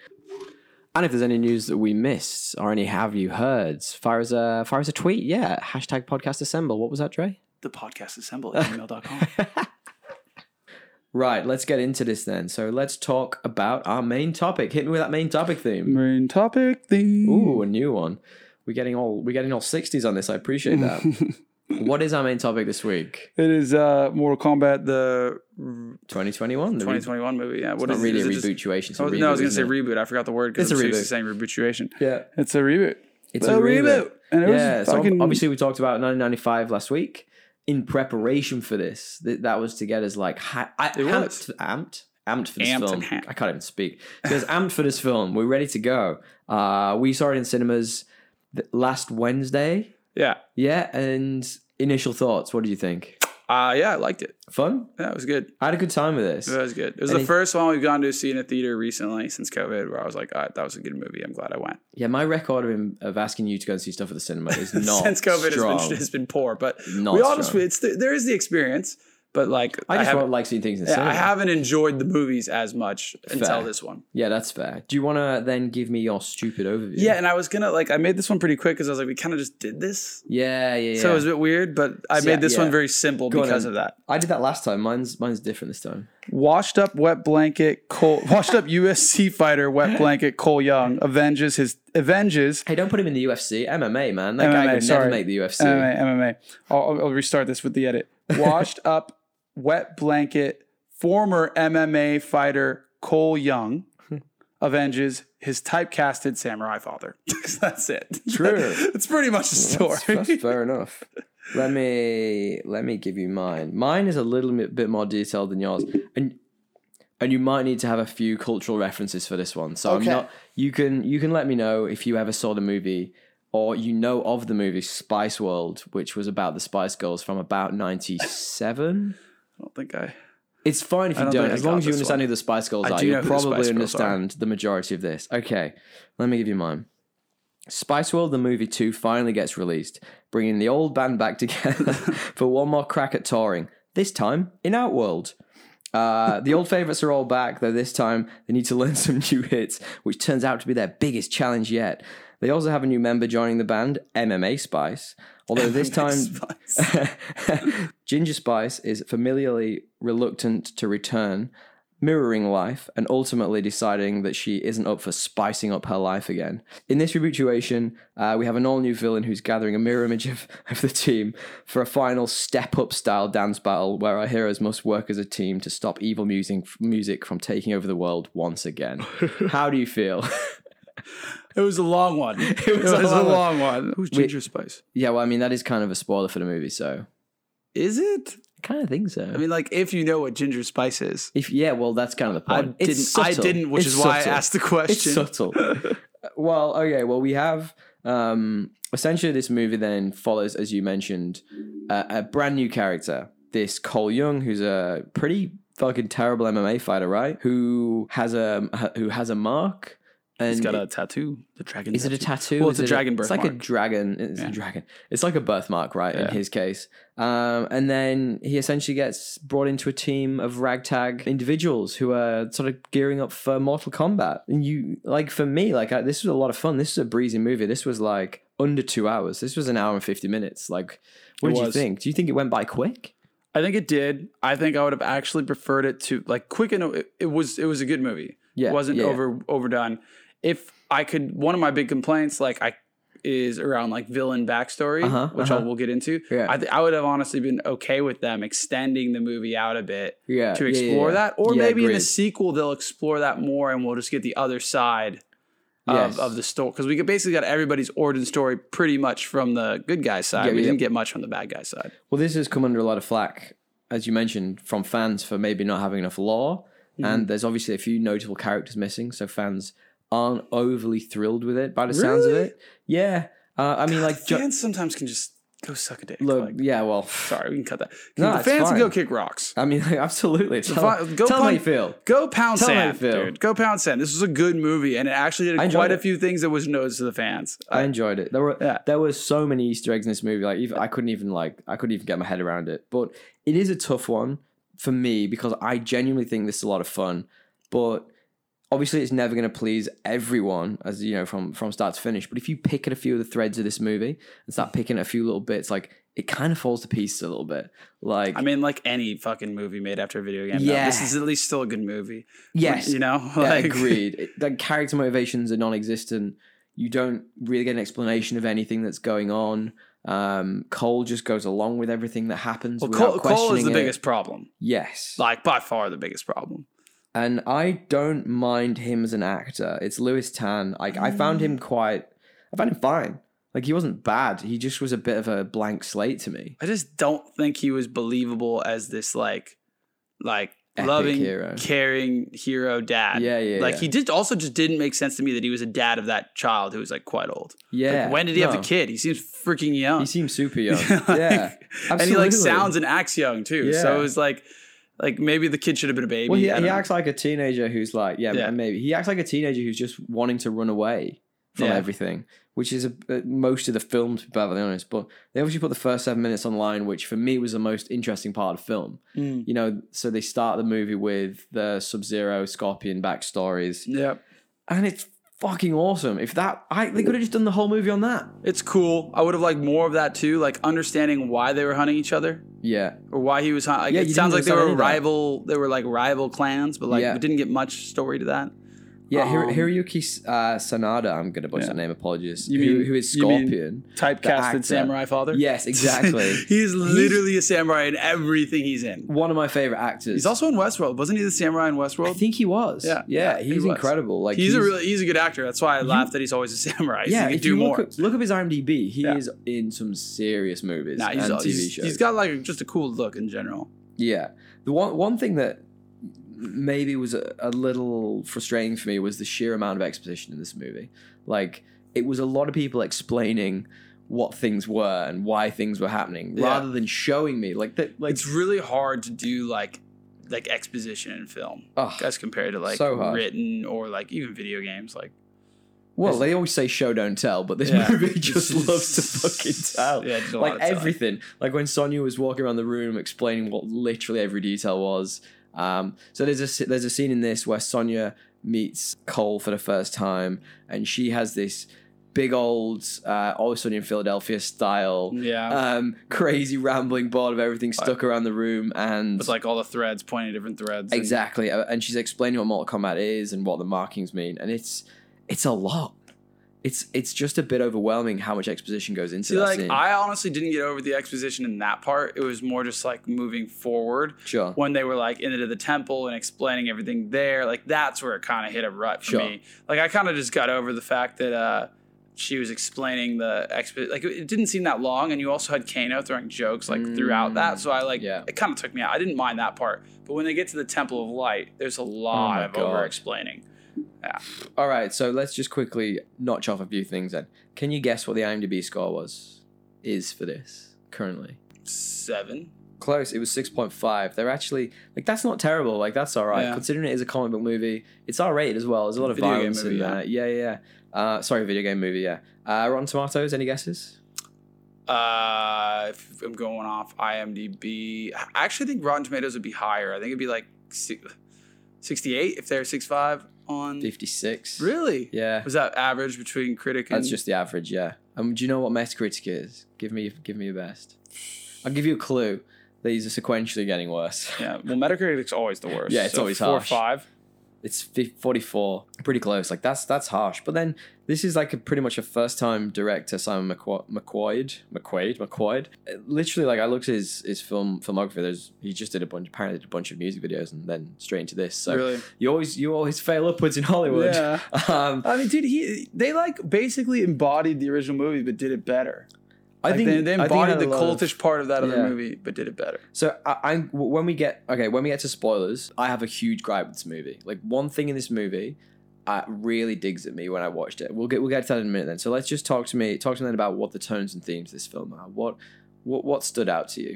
And if there's any news that we missed or any have you heard, fire as a fire as a tweet, yeah. Hashtag podcast assemble. What was that, Dre?
*laughs* The podcast assemble at gmail.com.
Right, let's get into this then. So let's talk about our main topic. Hit me with that main topic theme.
*laughs* Main topic theme.
Ooh, a new one. We're getting all we're getting all sixties on this. I appreciate that. what is our main topic this week?
It is uh, Mortal Kombat, the r-
Twenty twenty one.
2021 movie. Yeah, what
Not
is
really
is
a
it just-
rebootuation. it's a
Oh, no, I
reboot,
was going to say
isn't it?
reboot. I forgot the word because
It's
I'm
a
seriously
reboot.
saying rebootuation.
yeah.
It's a reboot.
It's a, reboot.
And it
Yeah,
was
so ob-
fucking.
obviously we talked about 1995 last week. In preparation for this, th- that was to get us like hi- I,
It
amped, amped, amped for this
Amped
film.
and ha-
I can't even speak. Because amped for this film, we're ready to go. Uh, we saw it in cinemas th- last Wednesday.
yeah.
Yeah, and initial thoughts. What did you think?
Uh, yeah, I liked it.
Fun?
That was good.
I had a good time with this.
That was good. It was
Any-
the first one we've gone to see in a theater recently since COVID where I was like, all right, that was a good movie. I'm glad I went.
Yeah, my record of, of asking you to go and see stuff at the cinema
*laughs*
is not
since COVID
strong.
has been, has been poor. But
Not
we all just,
strong.
it's the, there is the experience. But like,
I just
haven't-
don't like seeing things in the
yeah,
cinema.
I haven't enjoyed the movies as much
Fair.
until this one.
Yeah, that's fair. Do you want to then give me your stupid overview?
Yeah, and I was gonna like I made this one pretty quick because I was like, we kind of just did this,
Yeah, yeah, yeah.
so it was a bit weird. But I
So,
made
yeah,
this
yeah.
one very simple
on
because
then.
of that.
I did that last time. Mine's mine's different this time.
Washed up wet blanket, Cole, *laughs* washed up USC
*laughs*
fighter wet blanket Cole Young avenges his avenges.
Hey, don't put him in the UFC. MMA, man. That
MMA,
guy could never
sorry.
make the UFC.
MMA, MMA. I'll, I'll restart this with the edit.
*laughs*
Washed up wet blanket former MMA fighter Cole Young
*laughs*
avenges his typecasted samurai father. *laughs* That's it.
True.
*laughs* it's pretty much the story.
That's, that's fair enough. Let me let me give you mine. Mine is a little bit, bit more detailed than yours, and and you might need to have a few cultural references for this one. So
Okay.
I'm not. You can you can let me know if you ever saw the movie or you know of the movie Spice World, which was about the Spice Girls from about '97.
*laughs* I don't think I.
It's fine if you
I
don't,
don't think I
as long
got
as you
this
understand
one.
who the Spice Girls
I
are.
do know
You'll
who the
probably
Spice Girls are.
understand the majority of this. Okay, let me give you mine. Spice World, the movie 2, finally gets released, bringing the old band back *laughs* together for one more crack at touring, this time in Outworld. Uh, the old favourites are all back, though this time they need to learn *laughs* some new hits, which turns out to be their biggest challenge yet. They also have a new member joining the band, MMA Spice, although this time *laughs* Ginger Spice is familiarly reluctant to return, mirroring life, and ultimately deciding that she isn't up for spicing up her life again. In this rebootuation, uh, we have an all new villain who's gathering a mirror image of, *laughs* of the team for a final step up style dance battle where our heroes must work as a team to stop evil music, music from taking over the world once again. How do you feel?
*laughs*
*laughs*
It was a long one. It
was a long one.
one. Who's Ginger Spice?
yeah, well, I mean, that is kind of a spoiler for the movie, so.
Is it?
I kind of think so.
I mean, like if you know what Ginger Spice is,
If yeah, well, that's kind of the
I
point. It's
didn't. I
subtle.
didn't, which
It's
is why
subtle.
I asked the
It's
question.
subtle.
*laughs*
well, okay. Well, we have um, essentially this movie then follows, as you mentioned, a, a brand new character. This Cole Young, who's a pretty fucking terrible MMA fighter, right? Who has a who has a mark. And
He's got a tattoo. The dragon.
is it a tattoo?
Well,
Is
it's a
it
dragon
It's like a
birthmark.
dragon. It's a
Yeah.
dragon. It's like a birthmark, right? In
Yeah.
his case, um, and then he essentially gets brought into a team of ragtag individuals who are sort of gearing up for Mortal Kombat. And you, like, for me, like I, this was a lot of fun. This was a breezy movie. This was like under two hours. This was an hour and fifty minutes. Like, what
It
did you
was.
think? Do you think it went by quick?
I think it did. I think I would have actually preferred it to like quick and it, it was it was a good movie.
Yeah,
it wasn't
yeah, yeah.
over overdone. If I could, one of my big complaints, like I, is around like villain backstory,
Uh-huh,
which
uh-huh.
I will get into.
Yeah.
I, th- I would have honestly been okay with them extending the movie out a bit
Yeah,
to
yeah, yeah,
explore
yeah.
that, or
Yeah,
maybe in
agreed.
the sequel they'll explore that more, and we'll just get the other side.
Yes.
Of, of the story because we basically got everybody's origin story pretty much from the good guy side.
Yeah,
we
yeah.
didn't get much from the bad guy side.
Well, this has come under a lot of flack, as you mentioned, from fans for maybe not having enough lore.
Mm-hmm.
And there's obviously a few notable characters missing, so fans aren't overly thrilled with it by the sounds of
Really?
it. Yeah. Uh, I mean, like, ju-
fans sometimes can just Go suck a dick.
Look,
Like,
yeah, well, *laughs*
sorry, we can cut that.
No,
the
it's
fans
fine.
can go kick rocks.
I mean, absolutely. Tell,
fine- go
tell me how you
punk-
feel.
Go pound
Tell me how you
sand,
feel.
dude. Go pound sand. This was a good movie, and it actually
I
did
enjoyed
quite a
it.
few things that was noticed to the fans.
I enjoyed it. There were
Yeah.
there were so many Easter eggs in this movie. Like even, I couldn't even like I couldn't even get my head around it. But it is a tough one for me because I genuinely think this is a lot of fun. But obviously, it's never going to please everyone, as you know, from from start to finish. But if you pick at a few of the threads of this movie and start picking at a few little bits, like it kind of falls to pieces a little bit. Like
I mean, like any fucking movie made after a video game. Yeah.
Yeah.
This is at least still a good movie.
yes,
You know? *laughs*
Yeah, agreed. It- Like character motivations are non-existent. You don't really get an explanation of anything that's going on. Um, Cole just goes along with everything that happens.
Well,
without
Cole, Cole is the
questioning it.
biggest problem.
Yes,
Like, by far the biggest problem.
and I don't mind him as an actor. It's Louis Tan. Like I found him quite. I found him fine. Like he wasn't bad. He just was a bit of a blank slate to me.
I just don't think he was believable as this, like, like
Epic
loving,
hero.
caring hero dad.
Yeah, yeah,
Like,
yeah.
he did also just didn't make sense to me that he was a dad of that child who was, like, quite old. Like,
Yeah.
when did he have
no.
the kid? He seems freaking young.
He seems
*laughs*
super young.
Like,
yeah.
and he like
absolutely.
sounds and acts young too. So
Yeah.
it was like, like maybe the kid should have been a baby.
Well, he,
I don't
he
know.
acts like a teenager who's like, yeah,
Yeah.
maybe he acts like a teenager who's just wanting to run away from
Yeah.
everything, which is a, uh, most of the film, to be perfectly honest. But they obviously put the first seven minutes online, which for me was the most interesting part of the film.
Mm.
You know, so they start the movie with the Sub Zero Scorpion backstories,
Yeah,
and it's fucking awesome. If that, I they could have just done the whole movie on that.
it's cool. I would have liked more of that too. Like understanding why they were hunting each other
Yeah,
or why he was hunting. Like,
Yeah,
it
you
sounds like
didn't
they were
understand any of that.
rival. They were like rival clans, but like
Yeah.
we didn't get much story to that.
yeah.
Um,
Hir- Hiroyuki uh, Sanada, I'm gonna butcher
Yeah.
that name. Apologies.
You
who-
mean-
who is
you mean-
Scorpion? actor.
Typecasted samurai father.
Yes,
*laughs*
*laughs* exactly.
he's literally a samurai in everything he's in.
One of my favorite actors.
He's also in Westworld. Wasn't he the samurai in Westworld?
I think he was.
Yeah,
yeah,
yeah, he
he's
was.
incredible. Like
he's, a really he's a good actor. That's why I
You-
laugh that he's always a *laughs* samurai. Yeah,
yeah.
he can
if
do
you
more.
look, at, look up his IMDb, he
Yeah.
is in some serious movies
Nah, he's,
and
all-
TV
he's-
shows.
he's got like a- just a cool look in general.
yeah, the one one thing that maybe was a, a little frustrating for me was the sheer amount of exposition in this movie. Like it was a lot of people explaining what things were and why things were happening,
Yeah.
rather than showing me like that. Like
it's really hard to do like like exposition in film
ugh.
as compared to like
So hard.
written or like even video games. Like
well, they always say show don't tell, but this
Yeah.
movie *laughs* just
*laughs*
loves to fucking tell.
Yeah, just a lot
like
of telling.
everything. Like when Sonia was walking around the room explaining what literally every detail was. Um, so there's a s- there's a scene in this where Sonia meets Cole for the first time, and she has this big old uh, always Sonia in Philadelphia style,
Yeah,
um, crazy rambling board of everything stuck around the room, and
with like all the threads pointing at different threads. and-
exactly, uh, and she's explaining what Mortal Kombat is and what the markings mean, and it's it's a lot. It's it's just a bit overwhelming how much exposition goes into
See,
that
like
scene.
I honestly didn't get over the exposition in that part. It was more just like moving forward
sure.
when they were like into the temple and explaining everything there, like that's where it kind of hit a rut for
Sure.
me. Like I kind of just got over the fact that uh, she was explaining the exp. Like it didn't seem that long, and you also had Kano throwing jokes like throughout that. So I like
yeah.
it kind of took me out. I didn't mind that part, but when they get to the Temple of Light, there's a lot
Oh my
of
God.
over explaining.
All right, so let's just quickly notch off a few things then. Can you guess what the IMDb score was is for this currently?
Seven.
Close. It was six point five. They're actually like that's not terrible. Like that's all right
Yeah.
considering it is a comic book movie. It's R rated as well. There's a lot of
Video game
violence
movie,
in
yeah.
there. Yeah, yeah. yeah. Uh, sorry, video game movie. Yeah. Uh, Rotten Tomatoes. Any guesses?
Uh, if I'm going off IMDb, I actually think Rotten Tomatoes would be higher. I think it'd be like si- 68 if they're 6.5 on.
Fifty six.
Really?
Yeah.
Was that average between critic and
That's just the average. Yeah. Um, do you know what Metacritic is? Give me, give me your best. I'll give you a clue. These are sequentially getting worse. *laughs*
yeah? Well, Metacritic's always the worst.
Yeah, it's always
four
harsh.
or five.
it's fif- 44 pretty close like that's that's harsh but then this is like a, pretty much a first time director simon McQua- mcquaid mcquaid mcquaid Uh, literally like i looked at his his film filmography there's he just did a bunch apparently did a bunch of music videos and then straight into this so
really?
you always you always *laughs* fail upwards in hollywood
Yeah.
um
I mean, dude, he they like basically embodied the original movie, but did it better.
i
Like,
think
they, they
I think it
embodied
had a
the
lot of-
cultish part of that other
Yeah.
movie, but did it better.
So I, I when we get okay when we get to spoilers, I have a huge gripe with this movie. Like one thing in this movie, uh, really digs at me when I watched it. We'll get we'll get to that in a minute then. So let's just talk to me talk to me then about what the tones and themes of this film are. What what what stood out to you?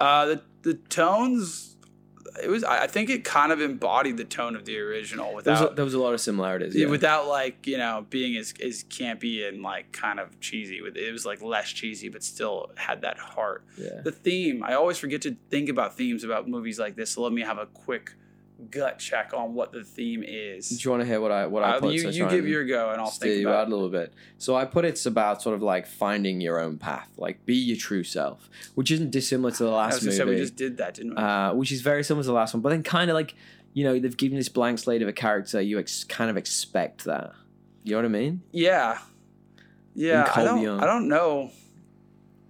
Uh, the the tones, it was. I I think it kind of embodied the tone of the original
There was a,
without
there was a lot of similarities. Yeah.
without like you know being as as campy and like kind of cheesy. With it was like less cheesy, but still had that heart.
yeah.
The theme. I always forget to think about themes about movies like this. So let me have a quick gut check on what the theme
Do
is.
you want to hear what I what I
Uh,
put?
you
So
you
try
give
and-
your go, and I'll
Steer
think
you out
about.
a little bit. So I put it's about sort of like finding your own path, like be your true self, which isn't dissimilar to the
I was
last
gonna
movie,
say we just did that, didn't we?
uh, which is very similar to the last one. But then kind of like you know they've given this blank slate of a character, you ex- kind of expect that. You know what I mean?
yeah, yeah. I
Call
don't.
Young.
I don't know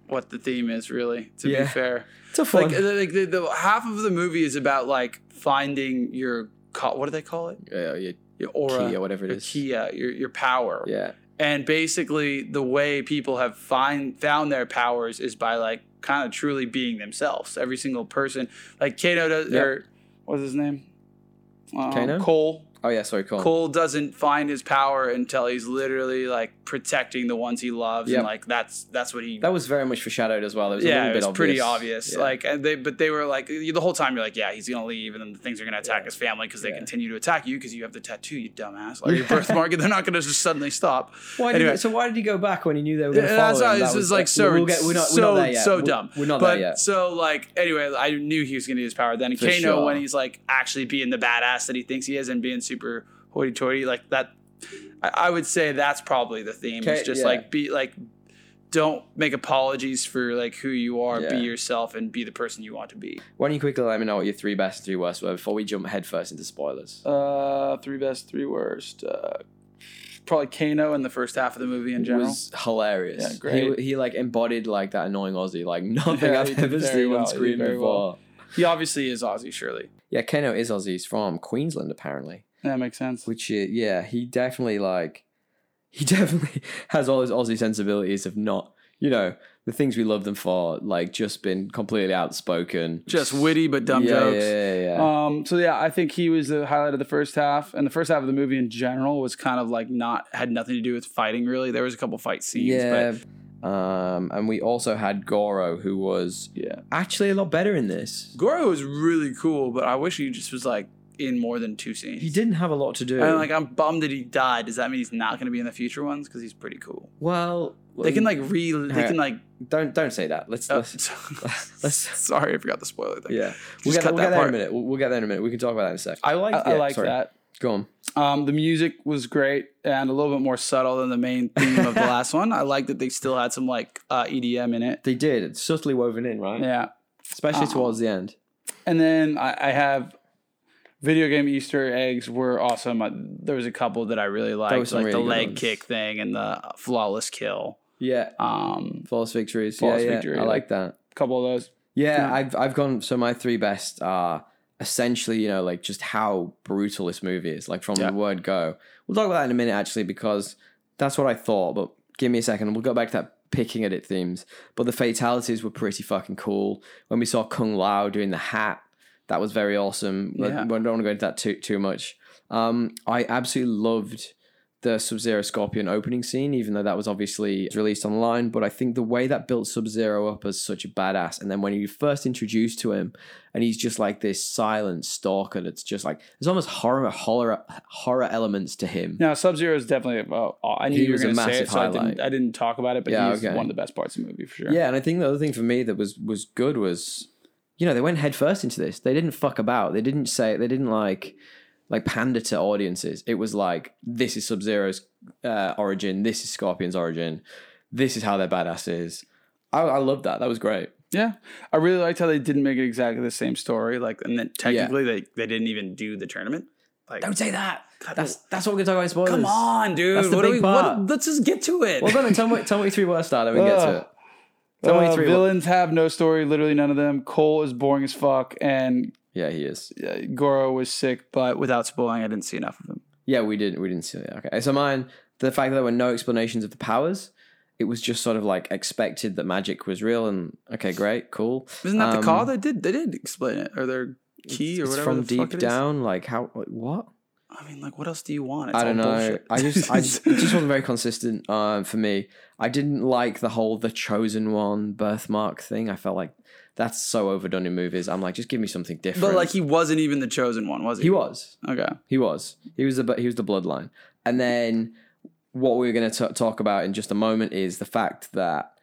what the theme is really. To be
Yeah. *laughs*
fair,
It's a fun.
like, the, like the, the half of the movie is about like finding your co- what do they call it?
yeah, yeah,
Your aura,
key or whatever it
your
is.
kia, your your power.
Yeah,
And basically, the way people have find found their powers is by like kind of truly being themselves. Every single person, like Kano does,
Yep.
or what's his name? Um,
Kano?
Cole.
Oh yeah, sorry, Cole.
Cole doesn't find his power until he's literally like protecting the ones he loves,
Yep.
and like that's that's what he.
That was very much foreshadowed as well. It was a
yeah,
little
it
bit
was
obvious.
pretty obvious.
Yeah.
Like, and they but they were like you- the whole time you're like, yeah, he's gonna leave, and then the things are gonna attack
Yeah.
his family because they
Yeah.
continue to attack you because you have the tattoo, you dumbass,
*laughs*
or your birthmark, and they're not gonna just suddenly stop.
Why
Anyway.
did, so why did he go back when he knew they were
Yeah,
going to follow
that's
him?
why
That
this
was
is like so
we'll get- we're not, we're not
so-
there yet.
so
We're-
dumb.
We're not there
But
yet.
so like anyway, I knew he was gonna use power. Then
For
Kano,
sure.
when he's like actually being the badass that he thinks he is and being super hoity-toity, like that, I, I would say that's probably the theme.
Ka-
it's just
yeah.
like be like, don't make apologies for like who you are.
Yeah.
Be yourself and be the person you want to be.
Why don't you quickly let me know what your three best and three worst were before we jump headfirst into spoilers?
Uh, three best, three worst. Uh, probably Kano in the first half of the movie in
It
general.
was hilarious.
Yeah, great.
He, he like embodied like that annoying Aussie, like *laughs* nothing
Yeah, he
I've
did
ever
very
seen
well.
on
He did
screen
very
before.
he obviously is Aussie, surely.
Yeah, Kano is Aussie. He's from Queensland apparently,
That makes sense.
which is, yeah, he definitely like he *laughs* definitely has all his Aussie sensibilities of not, you know, the things we love them for, like just been completely outspoken.
just witty but dumb
yeah,
jokes.
Yeah, yeah, yeah.
Um, so yeah, I think he was the highlight of the first half, and the first half of the movie in general was kind of like not had nothing to do with fighting really. There was a couple fight scenes,
yeah. um, and we also had Goro, who was
but yeah,
actually a lot better in this.
Goro was really cool, but I wish he just was like in more than two scenes.
He didn't have a lot to do.
And like I'm bummed that he died. Does that mean he's not going to be in the future ones? Because he's pretty cool.
well,
They can like re. They can like.
don't don't say that. Let's
Uh,
let's
*laughs*
let's-
sorry, I forgot the spoiler thing.
yeah. We'll get,
cut
we'll get there
that
in
part.
a minute. We'll, we'll get there in a minute. We can talk about that in a sec.
I like. I,
Uh, yeah,
like
sorry.
that.
Go on.
Um, the music was great and a little bit more subtle than the main theme
*laughs*
of the last one. I like that they still had some like uh, EDM in it.
They did. It's subtly woven in, right?
Yeah,
Especially
Uh-huh.
towards the end.
and then I, I have video game Easter eggs were awesome. I, there was a couple that I really
were
liked,
some
like the
really good
leg
ones.
kick thing and the flawless kill.
Yeah.
Um,
False victories.
False
yeah, yeah.
victory,
I
like-
like that.
a couple of those.
Yeah,
Yeah.
I've I've gone. So my three best are essentially, you know, like just how brutal this movie is, like from
Yeah.
the word go. We'll talk about that in a minute, actually, because that's what I thought. But give me a second. We'll go back to that picking at it themes. But the fatalities were pretty fucking cool. When we saw Kung Lao doing the hat, that was very awesome. But
Yeah.
I don't want to go into that too too much. Um, I absolutely loved the Sub Zero Scorpion opening scene, even though that was obviously released online. But I think the way that built Sub Zero up as such a badass, and then when you first introduced to him, and he's just like this silent stalker that's just like there's almost horror horror horror elements to him.
Now Sub Zero is definitely. Uh, I knew
He
you were
was a
going to say
massive
it, so I didn't,
highlight.
I didn't talk about it. But
Yeah,
he's
okay.
one of the best parts of the movie for sure.
Yeah, and I think the other thing for me that was was good was, you know, they went head first into this. They didn't fuck about. They didn't say they didn't like like pander to audiences. It was like this is Sub Zero's uh, origin. This is Scorpion's origin. This is how their badass is. I, I love that. That was great.
Yeah, I really liked how they didn't make it exactly the same story. Like, and then technically they, they didn't even do the tournament. Like,
Don't say that.
God,
That's that's what we're gonna talk about. in Spoilers.
come on, dude.
That's the
what do
big
we?
part.
What, let's just get to it.
Well, go on. and Tell me tell me your three worst are. Then we can get *laughs* to it. Tell me
Uh,
three. wor-
villains have no story. Literally none of them. Cole is boring as fuck, and
Yeah, he is.
uh, Goro was sick. But without spoiling, I didn't see enough of him.
Yeah, we didn't we didn't see that. Okay. So mine, the fact that there were no explanations of the powers, it was just sort of like expected that magic was real and okay, great, cool.
Isn't that
Um,
the call? They did. They did explain it, or their key, or
it's
whatever.
from
the fuck
deep
it is.
down, like how like, what?
I mean, like, what else do you want? It's
I don't
all
know.
bullshit.
I just,
*laughs*
I just, it just wasn't very consistent um, for me. I didn't like the whole the chosen one birthmark thing. I felt like that's so overdone in movies. I'm like, just give me something different.
but like, he wasn't even the chosen one, was he?
he was,
Okay.
he was, he was the, bu- he was the bloodline. And then what we we're going to talk about in just a moment is the fact that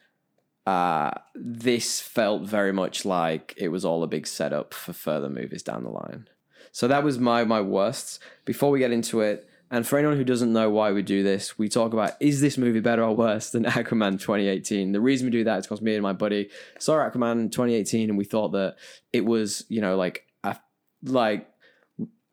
uh, this felt very much like it was all a big setup for further movies down the line. So that was my my worsts. Before we get into it, and for anyone who doesn't know why we do this, we talk about is this movie better or worse than *laughs* Aquaman 2018? The reason we do that is because me and my buddy saw Aquaman 2018 and we thought that it was, you know, like a like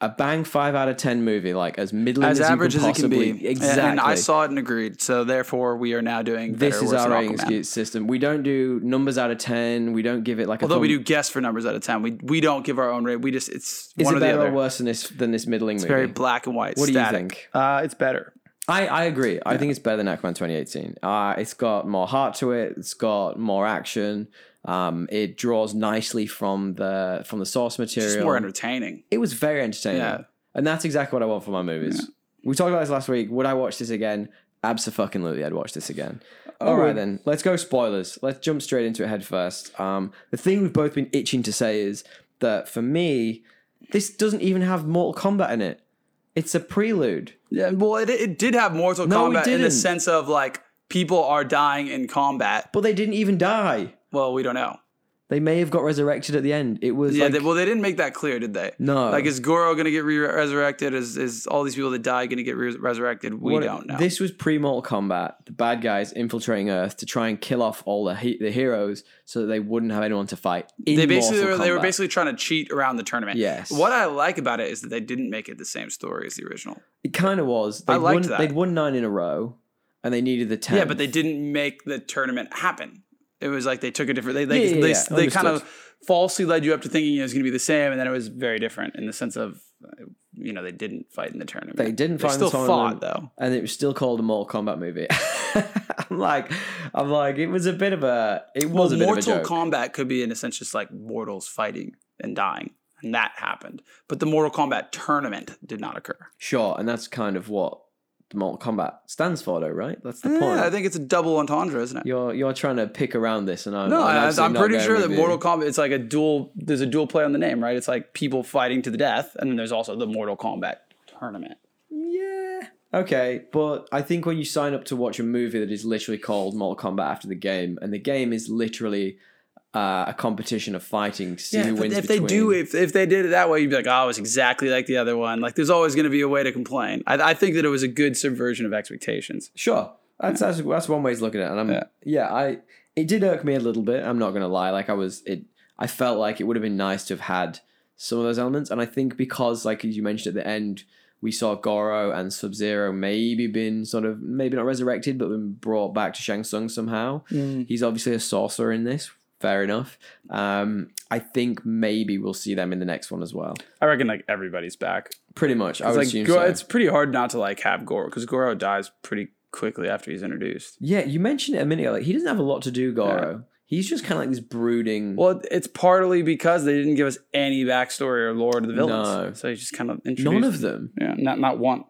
a bang five out of ten movie, like as middling as,
As average
you
as
can
it can
possibly
be. And-
exactly.
And I saw it and agreed. So therefore, we are now doing better,
this is
worse
our
than
rating
Aquaman.
skew- system. We don't do numbers out of ten. We don't give it like a
Although we
thumb-
do guess for numbers out of ten, we we don't give our own rate. We just it's
Is
one
it
or the
better
other.
or worse than this than this middling
It's
movie?
very black and white.
what do you
static.
think?
Uh, it's better.
I, I agree. I think it's better than Aquaman 2018. Uh, it's got more heart to it. It's got more action. Um, it draws nicely from the from the source
It's
material.
just more entertaining.
it was very entertaining,
Yeah.
and that's exactly what I want for my movies. We talked about this last week. Would I watch this again? Absolutely, I'd watch this again. All right,
would.
then let's go spoilers. Let's jump straight into it head first. Um, the thing we've both been itching to say is that for me, this doesn't even have Mortal Kombat in it. It's a prelude.
Yeah. Well, it it did have Mortal
No, we
Kombat in the
didn't.
sense of like people are dying in combat.
But they didn't even die.
Well, we don't know.
They may have got resurrected at the end. It was
Yeah.
like,
they, well, they didn't make that clear, did they?
no.
Like, is Goro going to get re- resurrected? Is is all these people that die going to get re- resurrected? We
What-
don't know.
This was pre Mortal Kombat. The bad guys infiltrating Earth to try and kill off all the he- the heroes so that they wouldn't have anyone to fight. In
they basically
Mortal
were, they were
Kombat.
basically trying to cheat around the tournament.
Yes.
What I like about it is that they didn't make it the same story as the original.
It kind of was. They'd
I liked
won,
that.
They'd won nine in a row, and they needed the ten.
Yeah, but they didn't make the tournament happen. It was like they took a different. They they
Yeah, yeah,
they,
yeah.
they kind of
Understood.
falsely led you up to thinking it was going to be the same, and then it was very different in the sense of, uh, you know, they didn't fight in the tournament.
They didn't fight in the
still
tournament.
fought though.
and it was still called a Mortal Kombat movie. *laughs* I'm like, I'm like, it was a bit of a, it was a bit
Mortal
of a joke.
Kombat could be in a sense just like mortals fighting and dying, and that happened. But the Mortal Kombat tournament did not occur.
sure, and that's kind of what the Mortal Kombat stands for, though, right? That's the
Yeah,
point.
I think it's a double entendre, isn't it?
you're you're trying to pick around this, and I'm
No,
I'm,
I,
absolutely
I'm
not
pretty
going
sure
with
that
you.
Mortal Kombat. It's like a dual. There's a dual play on the name, right? It's like people fighting to the death, and then there's also the Mortal Kombat tournament.
Yeah. Okay, but I think when you sign up to watch a movie that is literally called Mortal Kombat after the game, and the game is literally uh, a competition of fighting to see who
if,
wins.
if they do,
between-
if if they did it that way, you'd be like, oh, it's exactly like the other one. Like, there's always going to be a way to complain. I, I think that it was a good subversion of expectations.
Sure, that's that's, that's one way to look at it, and I'm yeah.
Yeah.
I it did irk me a little bit. I'm not gonna lie, like I was it. I felt like it would have been nice to have had some of those elements, and I think because like as you mentioned at the end, we saw Goro and Sub Zero maybe been sort of maybe not resurrected, but been brought back to Shang Tsung somehow.
Mm.
He's obviously a sorcerer in this. Fair enough. Um, I think maybe we'll see them in the next one as well.
I reckon like everybody's back.
Pretty much, I
It's
would
like
assume
Goro,
so.
it's pretty hard not to like have Goro because Goro dies pretty quickly after he's introduced.
Yeah, you mentioned it a minute ago. Like he doesn't have a lot to do, Goro. He's just kind of like this brooding.
Well, it- it's partly because they didn't give us any backstory or lore to the villains,
No.
so he's just kind of introduced.
None of them,
Yeah, not not one.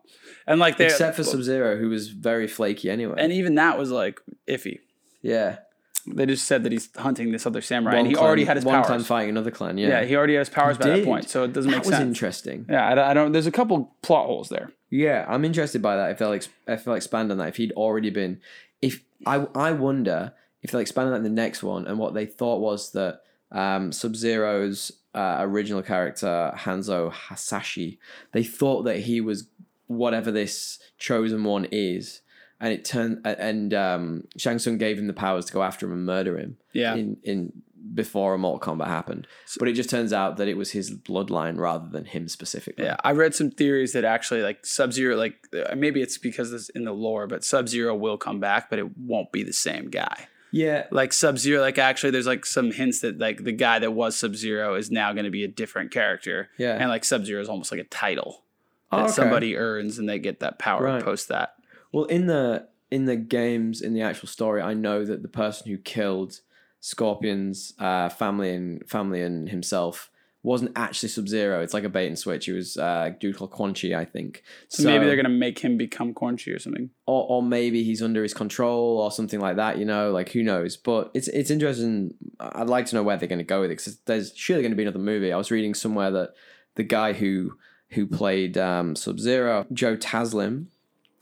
And like they
except for Sub Zero, who was very flaky anyway.
and even that was like iffy.
yeah,
They just said that he's hunting this other samurai,
One
and he
clan-
already had his
one
powers.
clan fighting another clan. Yeah,
yeah. he already had his powers by
did.
that point, so it doesn't
that
make
was
sense.
interesting.
yeah, I don't, I don't. There's a couple plot holes there.
Yeah, I'm interested by that. If they'll ex- if they'll expand on that, if he'd already been, if I I wonder if they'll expand on that in the next one, and what they thought was that um, Sub Zero's uh, original character Hanzo Hasashi, they thought that he was whatever this chosen one is, and it turned a- and um, Shang Tsung gave him the powers to go after him and murder him
Yeah,
in in before a Mortal Kombat happened. But it just turns out that it was his bloodline rather than him specifically.
yeah. I read some theories that actually like Sub Zero, like uh, maybe it's because it's in the lore, but Sub Zero will come back, but it won't be the same guy.
Yeah,
Like Sub Zero, like actually, there's like some hints that like the guy that was Sub Zero is now going to be a different character,
yeah.
and like Sub Zero is almost like a title.
Oh,
that
okay.
somebody earns and they get that power
Right.
post that.
Well, in the in the games, in the actual story, I know that the person who killed Scorpion's uh, family and family and himself wasn't actually Sub Zero. It's like a bait and switch. He was uh, a dude called Quan Chi, I think.
So, maybe they're gonna make him become Cornchy or something.
or, or maybe he's under his control or something like that. You know, like who knows? But it's it's interesting. I'd like to know where they're going to go with it because there's surely going to be another movie. I was reading somewhere that the guy who who played um, Sub Zero, Joe Taslim,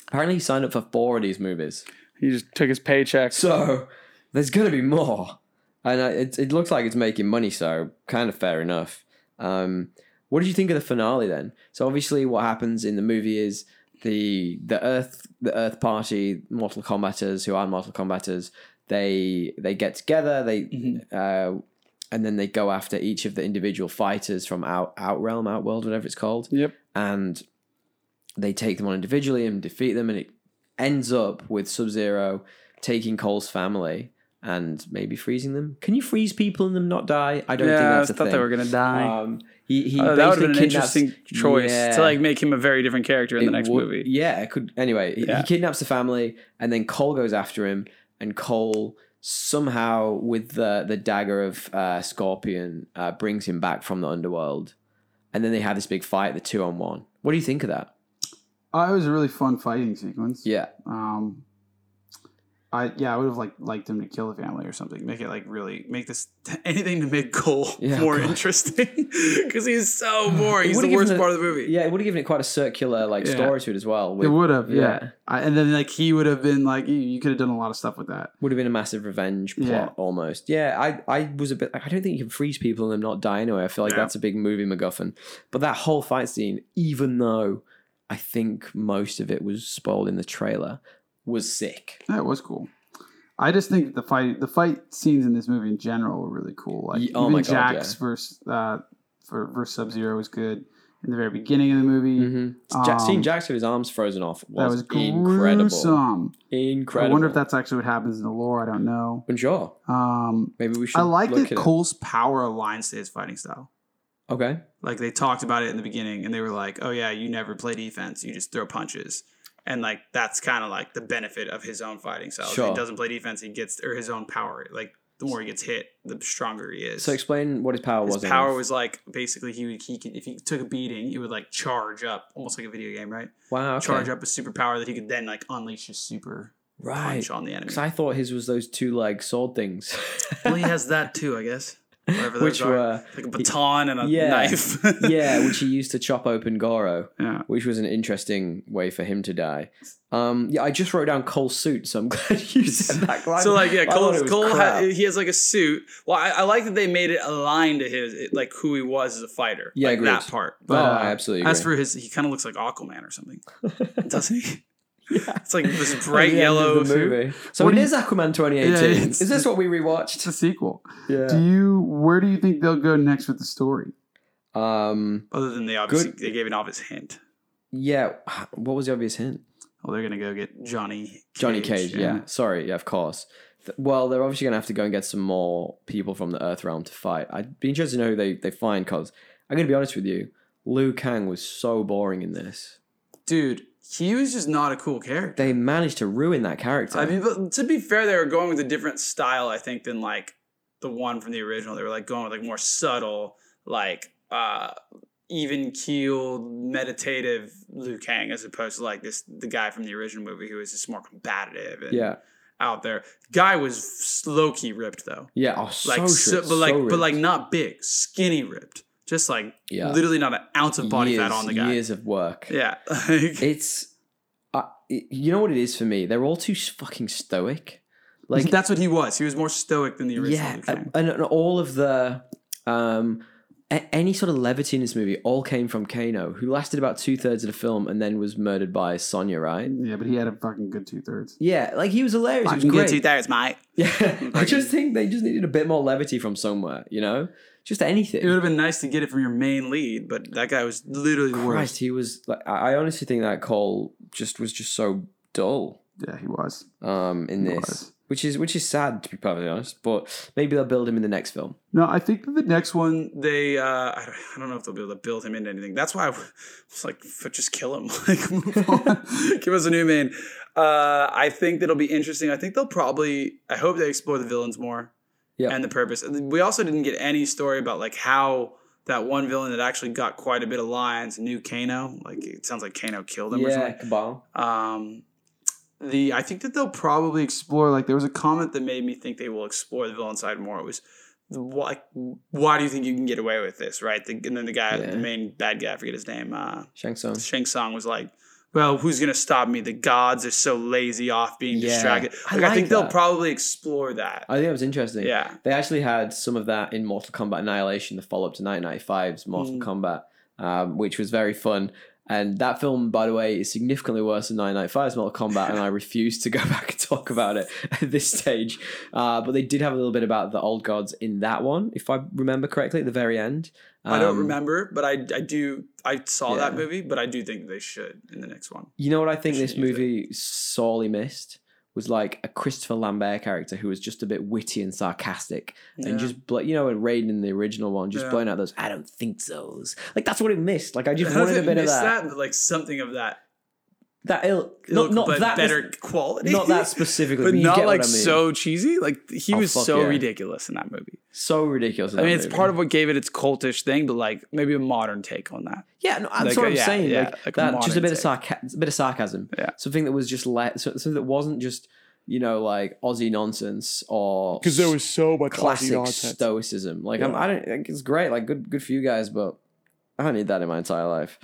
apparently he signed up for four of these movies.
He just took his paycheck.
So there's going to be more, and uh, it it looks like it's making money. So kind of fair enough. Um, what did you think of the finale then? So obviously, what happens in the movie is the the Earth the Earth Party, Mortal Kombaters who aren't Mortal Kombaters, they they get together. They
Mhm.
uh, and then they go after each of the individual fighters from out out realm, out world, whatever it's called
Yep.
and they take them on individually and defeat them, and it ends up with Sub Zero taking Cole's family and maybe freezing them. Can you freeze people and them not die? I don't
yeah, I
think that's a
thought
thing.
they were gonna die.
um, he he
Oh, that would have
basically
been an
kidnaps-
interesting choice
Yeah.
to like make him a very different character in the
It
next
would-
movie.
Yeah, it could. Anyway, he-
Yeah.
he kidnaps the family, and then Cole goes after him, and Cole somehow with the the dagger of uh, Scorpion uh, brings him back from the underworld, and then they have this big fight, the two on one. What do you think of that?
Uh, it was a really fun fighting sequence.
Yeah,
Um, I yeah, I would have like liked him to kill the family or something. Make it like really make this *laughs* anything to make Cole
Yeah,
more
God.
interesting *laughs* because he's
*sighs*
so boring.
It
He's
would've
the worst
given it-
part of the movie.
Yeah, it would have given it quite a circular like
Yeah.
story to it as well.
it
Would
would have. Yeah,
yeah.
I, and then like he would have been like you, you could have done a lot of stuff with that.
would have been a massive revenge plot
Yeah.
almost. Yeah, I I was a bit. I don't think you can freeze people and them not die anyway. I feel like
Yeah.
that's a big movie MacGuffin. But that whole fight scene, even though I think most of it was spoiled in the trailer, was sick.
That was cool. I just think the fight the fight scenes in this movie in general were really cool. Like
Ye- oh
even
my God,
Jax
yeah.
versus uh for versus Sub Zero was good in the very beginning of the movie.
Mm-hmm. Jack, seeing
Um,
Jax with his arms frozen off
That
was,
was
incredible.
gruesome.
Incredible.
I wonder if that's actually what happens in the lore. I don't know.
I'm sure.
Um,
Maybe we should.
I like
look
that
at it.
Cole's power aligns to his fighting style.
Okay.
Like they talked about it in the beginning, and they were like, "Oh yeah, you never play defense. You just throw punches." And like that's kind of like the benefit of his own fighting style. If
Sure.
he doesn't play defense, he gets or his own power. Like the more he gets hit, the stronger he is.
So explain what his power
his
was. then.
power was like basically he would he could, if he took a beating, he would like charge up, almost like a video game, right?
wow. Okay.
Charge up a superpower that he could then like unleash his super
Right.
punch on the enemy.
Because I thought his was those two like sword
*laughs*
things,
well, he has that too,
*laughs*
I guess. Whatever those
which
are.
were
like a baton and a
Yeah.
knife.
yeah, which he used to chop open Goro,
yeah.
which was an interesting way for him to die. Um, yeah, I just wrote down Cole's suit, so I'm *laughs* glad you said that. Glad- *laughs*
So like yeah,
I thought
Cole,
it was
Cole ha-
crap.
he has like a suit. Well, I, I like that they made it aligned to his it- like who he was as a fighter.
Yeah,
like
agreed.
that part.
oh,
But,
I
uh,
absolutely agree.
As for his, he kind of looks like Aquaman
*laughs*
or something, doesn't he?
Yeah.
It's like this
*laughs* At the
bright
end of
yellow
the
suit.
movie. So
What
it
do you-
is Aquaman 2018.
Yeah, it's-
is this what we
It's
rewatched?
a sequel. Do
Yeah.
you? Where do you think they'll go next with the story?
Um.
Other than they obviously they gave an obvious hint.
Yeah. What was the obvious hint?
Oh, they're gonna go get Johnny. Cage,
Johnny Cage. Yeah. Sorry. Yeah. Of course. Th- Well, they're obviously going to have to go and get some more people from the Earth realm to fight. I'd be interested to know who they they find because I'm going to be honest with you, Liu Kang was so boring in this.
dude, he was just not a cool character.
They managed to ruin that character.
I mean, but to be fair, they were going with a different style, I think, than like the one from the original. They were like going with like more subtle, like uh even keeled, meditative Liu Kang, as opposed to like this the guy from the original movie who was just more combative and
yeah,
out there. Guy was low key ripped though,
yeah. Oh,
like
so,
so,
shit,
but like
so
but like
ripped.
not big, skinny ripped, just like
yeah,
literally not an ounce of body
years,
fat on the guy.
Years of work.
Yeah, *laughs* like,
It's, uh, you know what it is for me. They're all too fucking stoic. Like
that's what he was. He was more stoic than the original.
yeah,
Liu Kang.
and, and all of the um, a- any sort of levity in this movie all came from Kano, who lasted about two thirds of the film and then was murdered by Sonya, right?
yeah, but he had a fucking good two thirds.
Yeah, like he was hilarious. He was
Fucking good
great.
two thirds, mate.
*laughs*
*laughs*
Yeah, I just think they just needed a bit more levity from somewhere, you know, just anything.
it would have been nice to get it from your main lead, but that guy was literally the worst.
Christ, he was like I I honestly think that Cole just was just so dull
Yeah, he was.
um in
He
this.
was.
Which is which is sad to be perfectly honest, but maybe they'll build him in the next film.
No, I think that the next one.
they uh I don't, I don't know if they'll be able to build him into anything that's why i was like f- just kill him *laughs* like
*laughs*
move on give us a new main uh i think that'll be interesting i think they'll probably i hope they explore the villains more
Yeah.
and the purpose And we also didn't get any story about like how
that one villain that actually got quite a bit of lines, new Kano. Like it sounds like Kano killed him or something.
yeah, Cabal.
Um, the I think that they'll probably explore. Like there was a comment that made me think they will explore the villain side more. It was like, why do you think you can get away with this, right? The, and then the guy,
Yeah. Oh.
the main bad guy, I forget his name. Uh,
Shang Tsung.
Shang Tsung was like, "Well, who's gonna stop me? The gods are so lazy off being
Yeah.
distracted."
I
Like, I,
like
think
that.
they'll probably explore that.
I think that was interesting.
yeah,
They actually had some of that in Mortal Kombat Annihilation, the follow up to 1995's Mortal
Mm.
Kombat, um, which was very fun. And that film, by the way, is significantly worse than 1995's Mortal Kombat,
*laughs*
and I refuse to go *laughs* back and talk about it *laughs* at this stage. Uh, but they did have a little bit about the old gods in that one, if I remember correctly, at the very end.
I don't
Um,
remember, but I I do I saw that
Yeah.
movie, but I do think they should in the next one.
You know what I think
Should *laughs*
this
use it.
movie sorely missed was like a Christopher Lambert character who was just a bit witty and sarcastic
Yeah.
and just bl- you know in Raiden in the original one just
Yeah.
blowing out those I don't think so's like that's what it missed like I
I
*laughs*
just
don't know if
wanted a
it
bit of
missed
that
but like something of that.
that, ill not
look,
not
but
that
better quality,
not
*laughs*
that specifically
but
you
not
get what
like
I mean.
so cheesy. Like he
Oh,
was
fuck
so
yeah.
ridiculous in that movie.
so ridiculous in
I
that
mean, it's
movie.
part of what gave it its cultish thing, but like maybe a modern take on that.
yeah no, that's
Like,
what
uh,
I'm
yeah,
saying
yeah,
like,
like a
that just a bit of
modern
sarcasm a bit of sarcasm
Yeah.
something that was just let so- something that wasn't just you know like Aussie nonsense or
because there was so much classic
classic
nonsense.
stoicism. Like I'm,
Yeah.
I don't. Like, it's great. Like good, good for you guys, but I don't need that in my entire life.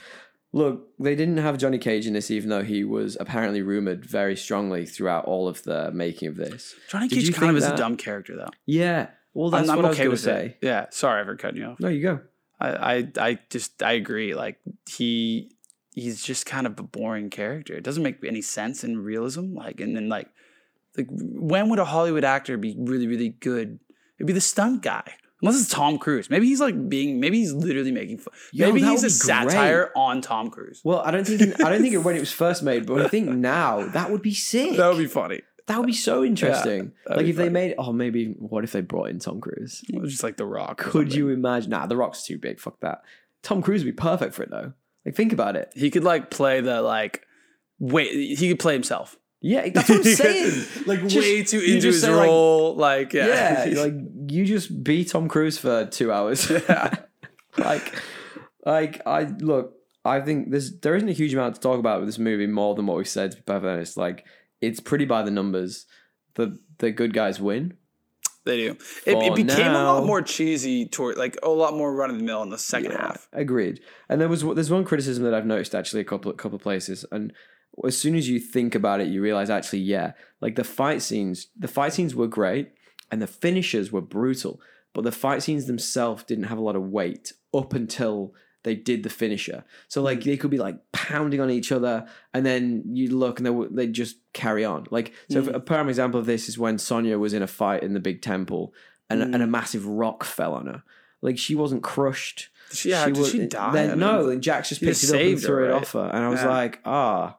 Look, they didn't have Johnny Cage in this, even though he was apparently rumored very strongly throughout all of the making of this.
Johnny
Did you
Cage kind of
think
is a
that-
dumb character though.
Yeah, well, that's
I'm, I'm
what
okay
I
with
was going to say.
it. Yeah, sorry for cutting you off.
No, you go.
I, I I just I agree. Like he he's just kind of a boring character. It doesn't make any sense in realism. Like and then like like when would a Hollywood actor be really really good? It'd be the stunt guy. Unless it's Tom Cruise. Maybe he's like being maybe he's literally making fun.
Yo,
maybe
that
he's a
would be great.
satire on Tom Cruise.
Well, I don't think I don't think it when it was first made, but I think now that would be sick.
That would be funny.
that would be so interesting.
that'd
like
be
if they
funny.
made oh maybe what if they brought in Tom Cruise?
It was just like The Rock. or
Could you
something.
imagine? Nah, The Rock's too big. Fuck that. Tom Cruise would be perfect for it though. Like think about it.
He could like play the like wait he could play himself.
Yeah, that's
*laughs*
what I'm saying.
like
Just-
way too
you
into
just
his
say, like-
role. Like, yeah,
*laughs*
yeah, like you just be Tom Cruise for two hours.
Yeah.
like, like I look. I think there's there isn't a huge amount to talk about with this movie more than what we've said. To be perfectly honest, like it's pretty by the numbers. The the good guys win.
they do. It,
For
it became a
now.
lot more cheesy toward like a lot more run of the mill in the second
Yeah,
half.
Agreed. And there was there's one criticism that I've noticed actually a couple couple places, and as soon as you think about it, you realize actually yeah, like the fight scenes, the fight scenes were great, and the finishes were brutal, but the fight scenes themselves didn't have a lot of weight up until they did the finisher. So like
Mm.
they could be like pounding on each other, and then you look and they w- they just carry on. Like so,
Mm.
a prime example of this is when Sonya was in a fight in the big temple, and and
Mm.
a massive rock fell on her. Like she wasn't crushed.
Did she, yeah, did
was-
she die? I
Then,
mean,
eh, no, and Jax just
She
picked
just
it up and
saved her,
threw it
right?
off her, and I was
Yeah.
like, ah,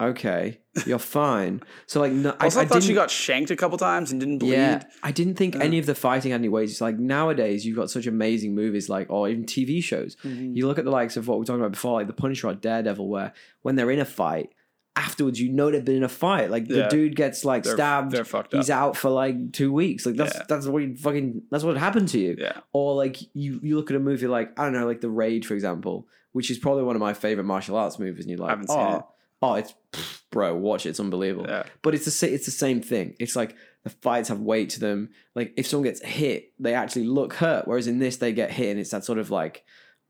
okay, you're fine. So like, no,
Also, *laughs* I,
I, I
thought
didn't.
she got shanked a couple times and didn't bleed.
yeah, I didn't think
Yeah.
any of the fighting had any weight. It's like nowadays you've got such amazing movies, like or even TV shows.
Mm.
Mm-hmm. You look at the likes of what we were talking about before, like The Punisher or Daredevil, where when they're in a fight, afterwards you know they've been in a fight. Like the
Yeah.
dude gets like
They're,
stabbed,
they're fucked up.
he's out for like two weeks. Like that's
Yeah.
that's what you fucking that's what happened to you.
Yeah.
Or like you you look at a movie like I don't know like The Raid for example, which is probably one of my favorite martial arts movies, and you're like,
haven't seen
oh,
it.
oh, it's pff, bro, watch it, it's unbelievable.
Yeah.
But it's the sa- it's the same thing. It's like the fights have weight to them. Like if someone gets hit, they actually look hurt. Whereas in this, they get hit, and it's that sort of like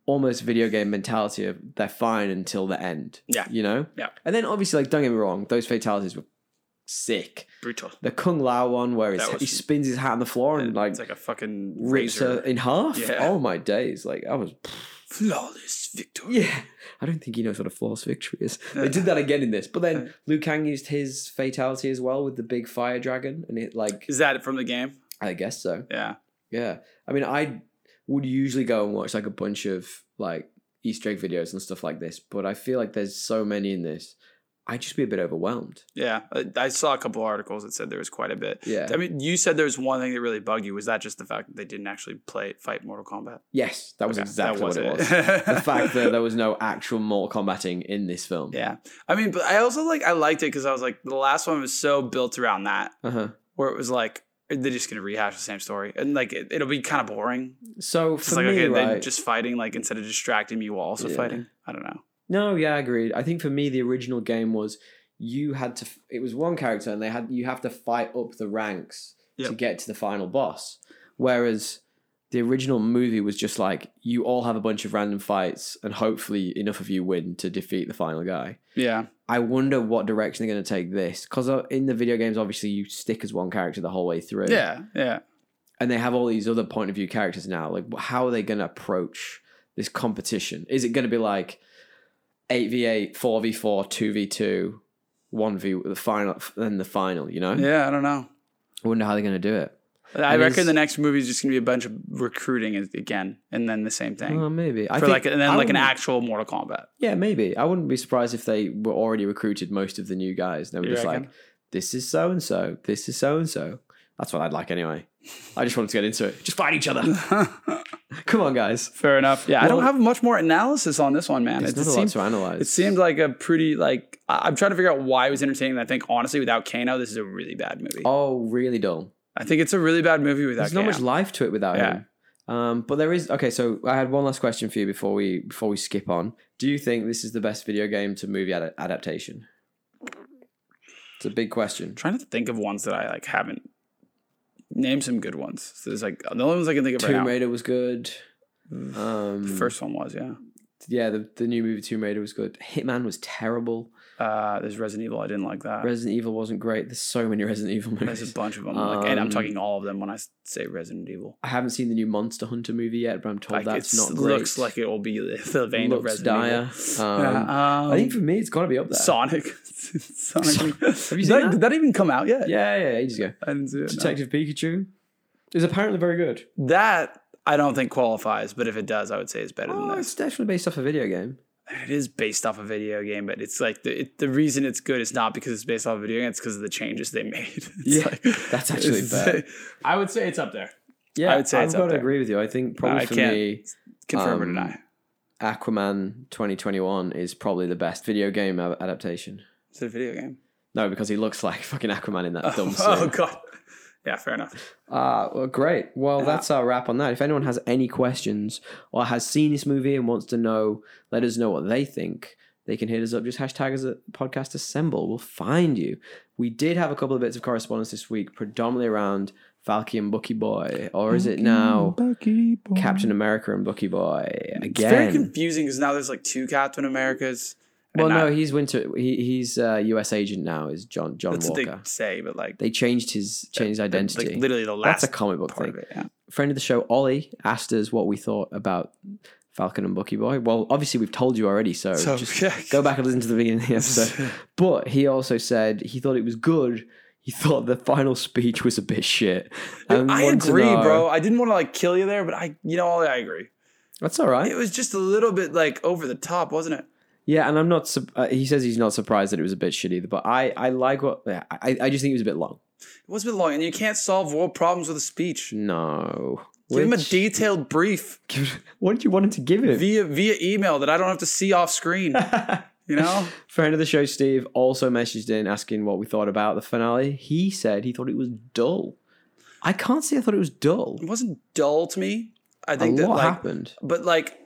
almost video game mentality of they're fine until the end.
Yeah.
you know.
Yeah.
And then obviously, like don't get me wrong, those fatalities were sick.
Brutal.
The Kung Lao one where his,
That was-
he spins his hat on the floor and like,
it's like a fucking
rips her
razor.
in half.
Yeah.
Oh my days! Like I was.
Flawless victory.
Yeah, I don't think he knows what a flawless victory is. They did that again in this, but then Liu Kang used his fatality as well with the big fire dragon, and it like
Is that it from the game?
I guess so.
Yeah.
Yeah. I mean, I would usually go and watch like a bunch of like Easter egg videos and stuff like this, but I feel like there's so many in this. I'd just be a bit overwhelmed.
Yeah. I, I saw a couple articles that said there was quite a bit.
Yeah.
I mean, you said there was one thing that really bugged you. Was that just the fact that they didn't actually play fight Mortal Kombat?
Yes, that was
Okay,
exactly
was
what it was.
it.
the fact
*laughs*
that there was no actual Mortal Kombating in this film.
Yeah. I mean, but I also like I liked it because I was like the last one was so built around that
Uh huh.
where it was like
they're just gonna rehash the same story, and like it, it'll be kind of boring.
So for
It's like
me,
okay,
right,
they just fighting. Like instead of distracting me, you also
Yeah.
fighting. I don't know.
No, yeah, agreed. I think for me, the original game was you had to. f- It was one character, and they had you have to fight up the ranks to
Yep.
get to the final boss. Whereas the original movie was just like you all have a bunch of random fights, and hopefully enough of you win to defeat the final guy.
Yeah,
I wonder what direction they're going to take this because in the video games, obviously you stick as one character the whole way through.
yeah, yeah.
and they have all these other point of view characters now. Like, wh- how are they going to approach this competition? Is it going to be like eight v eight, four v four, two v two, one v the final, then the final? You know,
Yeah, I don't know.
I wonder how they're going to do it.
I
And
reckon
is-
the next movie is just gonna be a bunch of recruiting a- again, and then the same thing
Well, maybe Uh, I
Mm. for
think
like, and then
I
like an
wouldn't-
actual Mortal Kombat.
Yeah, maybe I wouldn't be surprised if they were already recruited most of the new guys. They were
You
just
reckon?
like, this is so and so, this is so and so. That's what I'd like anyway. I just wanted to get into it. Just fight each other. Come on, guys.
*laughs* Fair enough. Yeah, I don't
Well-
have much more analysis on this one, man.
There's
It, it,
not a lot
seemed,
to analyze.
it seemed like a pretty like I- I'm trying to figure out why it was entertaining. and I think honestly, without Kano, this is a really bad movie.
oh, really dull.
I think it's a really bad movie without
There's
Kano.
not much life to it without
Yeah.
him. Um, but there is okay. So I had one last question for you before we before we skip on. Do you think this is the best video game to movie ad- adaptation? It's a big question.
I'm trying to think of ones that I like haven't. Name some good ones. So there's like the only ones I can think of
Tomb
right
Raider was good.
Mm.
Um,
now. The first one was yeah.
yeah, the, the new movie Tomb Raider was good. Hitman was terrible.
Uh, there's Resident Evil. I didn't like that.
Resident Evil wasn't great. There's so many Resident Evil
there's a
movies.
bunch of them, like, and I'm
Um,
talking all of them when I s- say Resident Evil.
I haven't seen the new Monster Hunter movie yet, but I'm told
Like it
Oh, that's not great.
looks like it will be the vein of
looks
Resident
dire.
Evil.
Um,
*laughs* Yeah,
I think
um,
for me, it's got to be up there.
Sonic. *laughs* Sonic.
Have you
Did that-
seen that?
Did that even come out yet?
Yeah, yeah, yeah, ages ago.
I didn't see it. no.
Detective Pikachu is apparently very good.
That I don't think qualifies, but if it does, I would say it's better
Oh,
than
it's
this.
definitely based off a video game.
It is based off a video game, but it's like the it, the reason it's good is not because it's based off a video game; it's because of the changes they *laughs* made. It's
Yeah,
like-
that's actually
it's-
fair.
I would say it's up there.
Yeah,
I would say
I've
it's up
got to
there.
agree with you. I think probably
I
for
can't-
me,
Confirm or
Um,
deny?
Aquaman 2021 is probably the best video game a- adaptation.
It's a video game.
No, because he looks like fucking Aquaman in that dumb
*laughs* Oh,
suit.
god. Yeah, fair enough.
Ah, well, great. Well,
Yeah.
that's our wrap on that. If anyone has any questions or has seen this movie and wants to know, let us know what they think. They can hit us up. Just hashtag us at podcast assemble. We'll find you. We did have a couple of bits of correspondence this week, predominantly around Falky and Bucky Boy, or is it now Captain America and Bucky Boy
It's very
again?
confusing because now there's like two Captain Americas. and
Well,
not-
no, he's Winter. He, he's uh, U.S. agent now. Is John John
that's what they
Walker?
say, but like,
They changed his changed his
the- like,
identity.
literally the
that's
last
a comic book
part
thing.
of it. Yeah.
friend of the show Ollie asked us what we thought about Falcon and Bucky Boy. Well, obviously we've told you already, so,
So
just
yeah.
go
*laughs*
back and listen to the beginning of the episode. But he also said he thought it was good. He thought the final speech was a bit shit. And
I
wanted to
agree,
know-
bro. I didn't want to like kill you there, but I, you know, Ollie, I agree.
That's all right.
It was just a little bit like over the top, wasn't it?
Yeah, and I'm not. sup- Uh, he says he's not surprised that it was a bit shit either. But I, I like what. yeah, I, I just think it was a bit long.
It was a bit long, and you can't solve world problems with a speech.
No.
Give him a
Which-
detailed brief
*laughs* What did you want him to give him?
via via email that I don't have to see
*laughs*
off screen. You know,
Friend of the show, Steve, also messaged in asking what we thought about the finale. He said he thought it was dull. I can't say I thought it was dull.
it wasn't dull to me. I
A lot
think that like,
happened.
but like,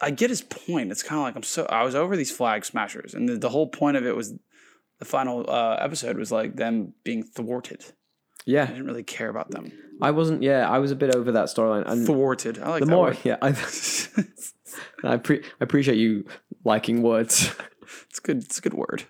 I get his point. It's kind of like I'm so I was over these flag smashers, and the, the whole point of it was the final uh, episode was like them being thwarted. I
Yeah,
didn't really care about them.
I wasn't. Yeah, I was a bit over that storyline. And
thwarted. I like
the
that
more,
word.
yeah, *laughs* I, I, pre- I appreciate you liking words. *laughs*
It's good. It's a good word.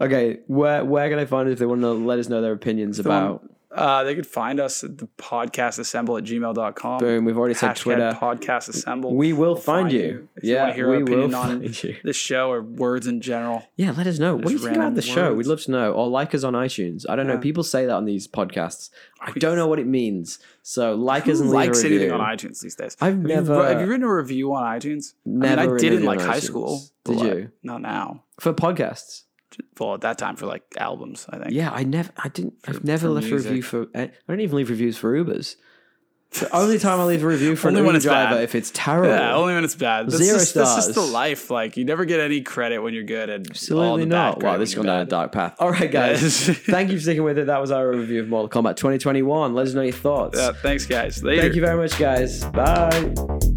okay, where where can I find it if they want to let us know their opinions about?
Uh, they could find us at the podcast assemble at gmail.com.
Boom, we've already said
Hashtag
Twitter.
podcast assemble.
We will
We'll
find,
find
you.
you. If you
yeah,
wanna hear our
we will
opinion on-
*laughs* find you.
this show or words in general.
Yeah, let us know. What do you
Just
think about the
random
show? We'd
words.
love to know. Or like us on iTunes. I don't know.
Yeah.
People say that on these podcasts. I
We-
don't know what it means. So like us
Who
and leave
likes
a review.
anything on iTunes these days?
I've
Have
never,
You, have you written a review on iTunes?
never.
I mean, I did
written
in
a review
like
on
high
iTunes.
school. but,
Did
like,
you
Not now.
for podcasts?
Well, at that time for like albums, I think.
Yeah, I never. I didn't.
For-
I've never
for
left a review eh,
music.
for. I don't even leave reviews for Ubers.
*laughs*
The only time I leave a review for an
Only when
Uber
it's bad.
driver if it's terrible.
Yeah, only when it's bad. That's
Zero
just, That's just the
stars.
life. Like you never get any credit when you're good, and all
Absolutely
the
not.
Bad
Wow, this has gone down a dark path. All right, guys.
guys.
*laughs*
*laughs*
Thank you for sticking with it. That was our review of Mortal Kombat 2021. Let us know your thoughts.
thanks, guys. Later.
Thank you very much, guys. Bye.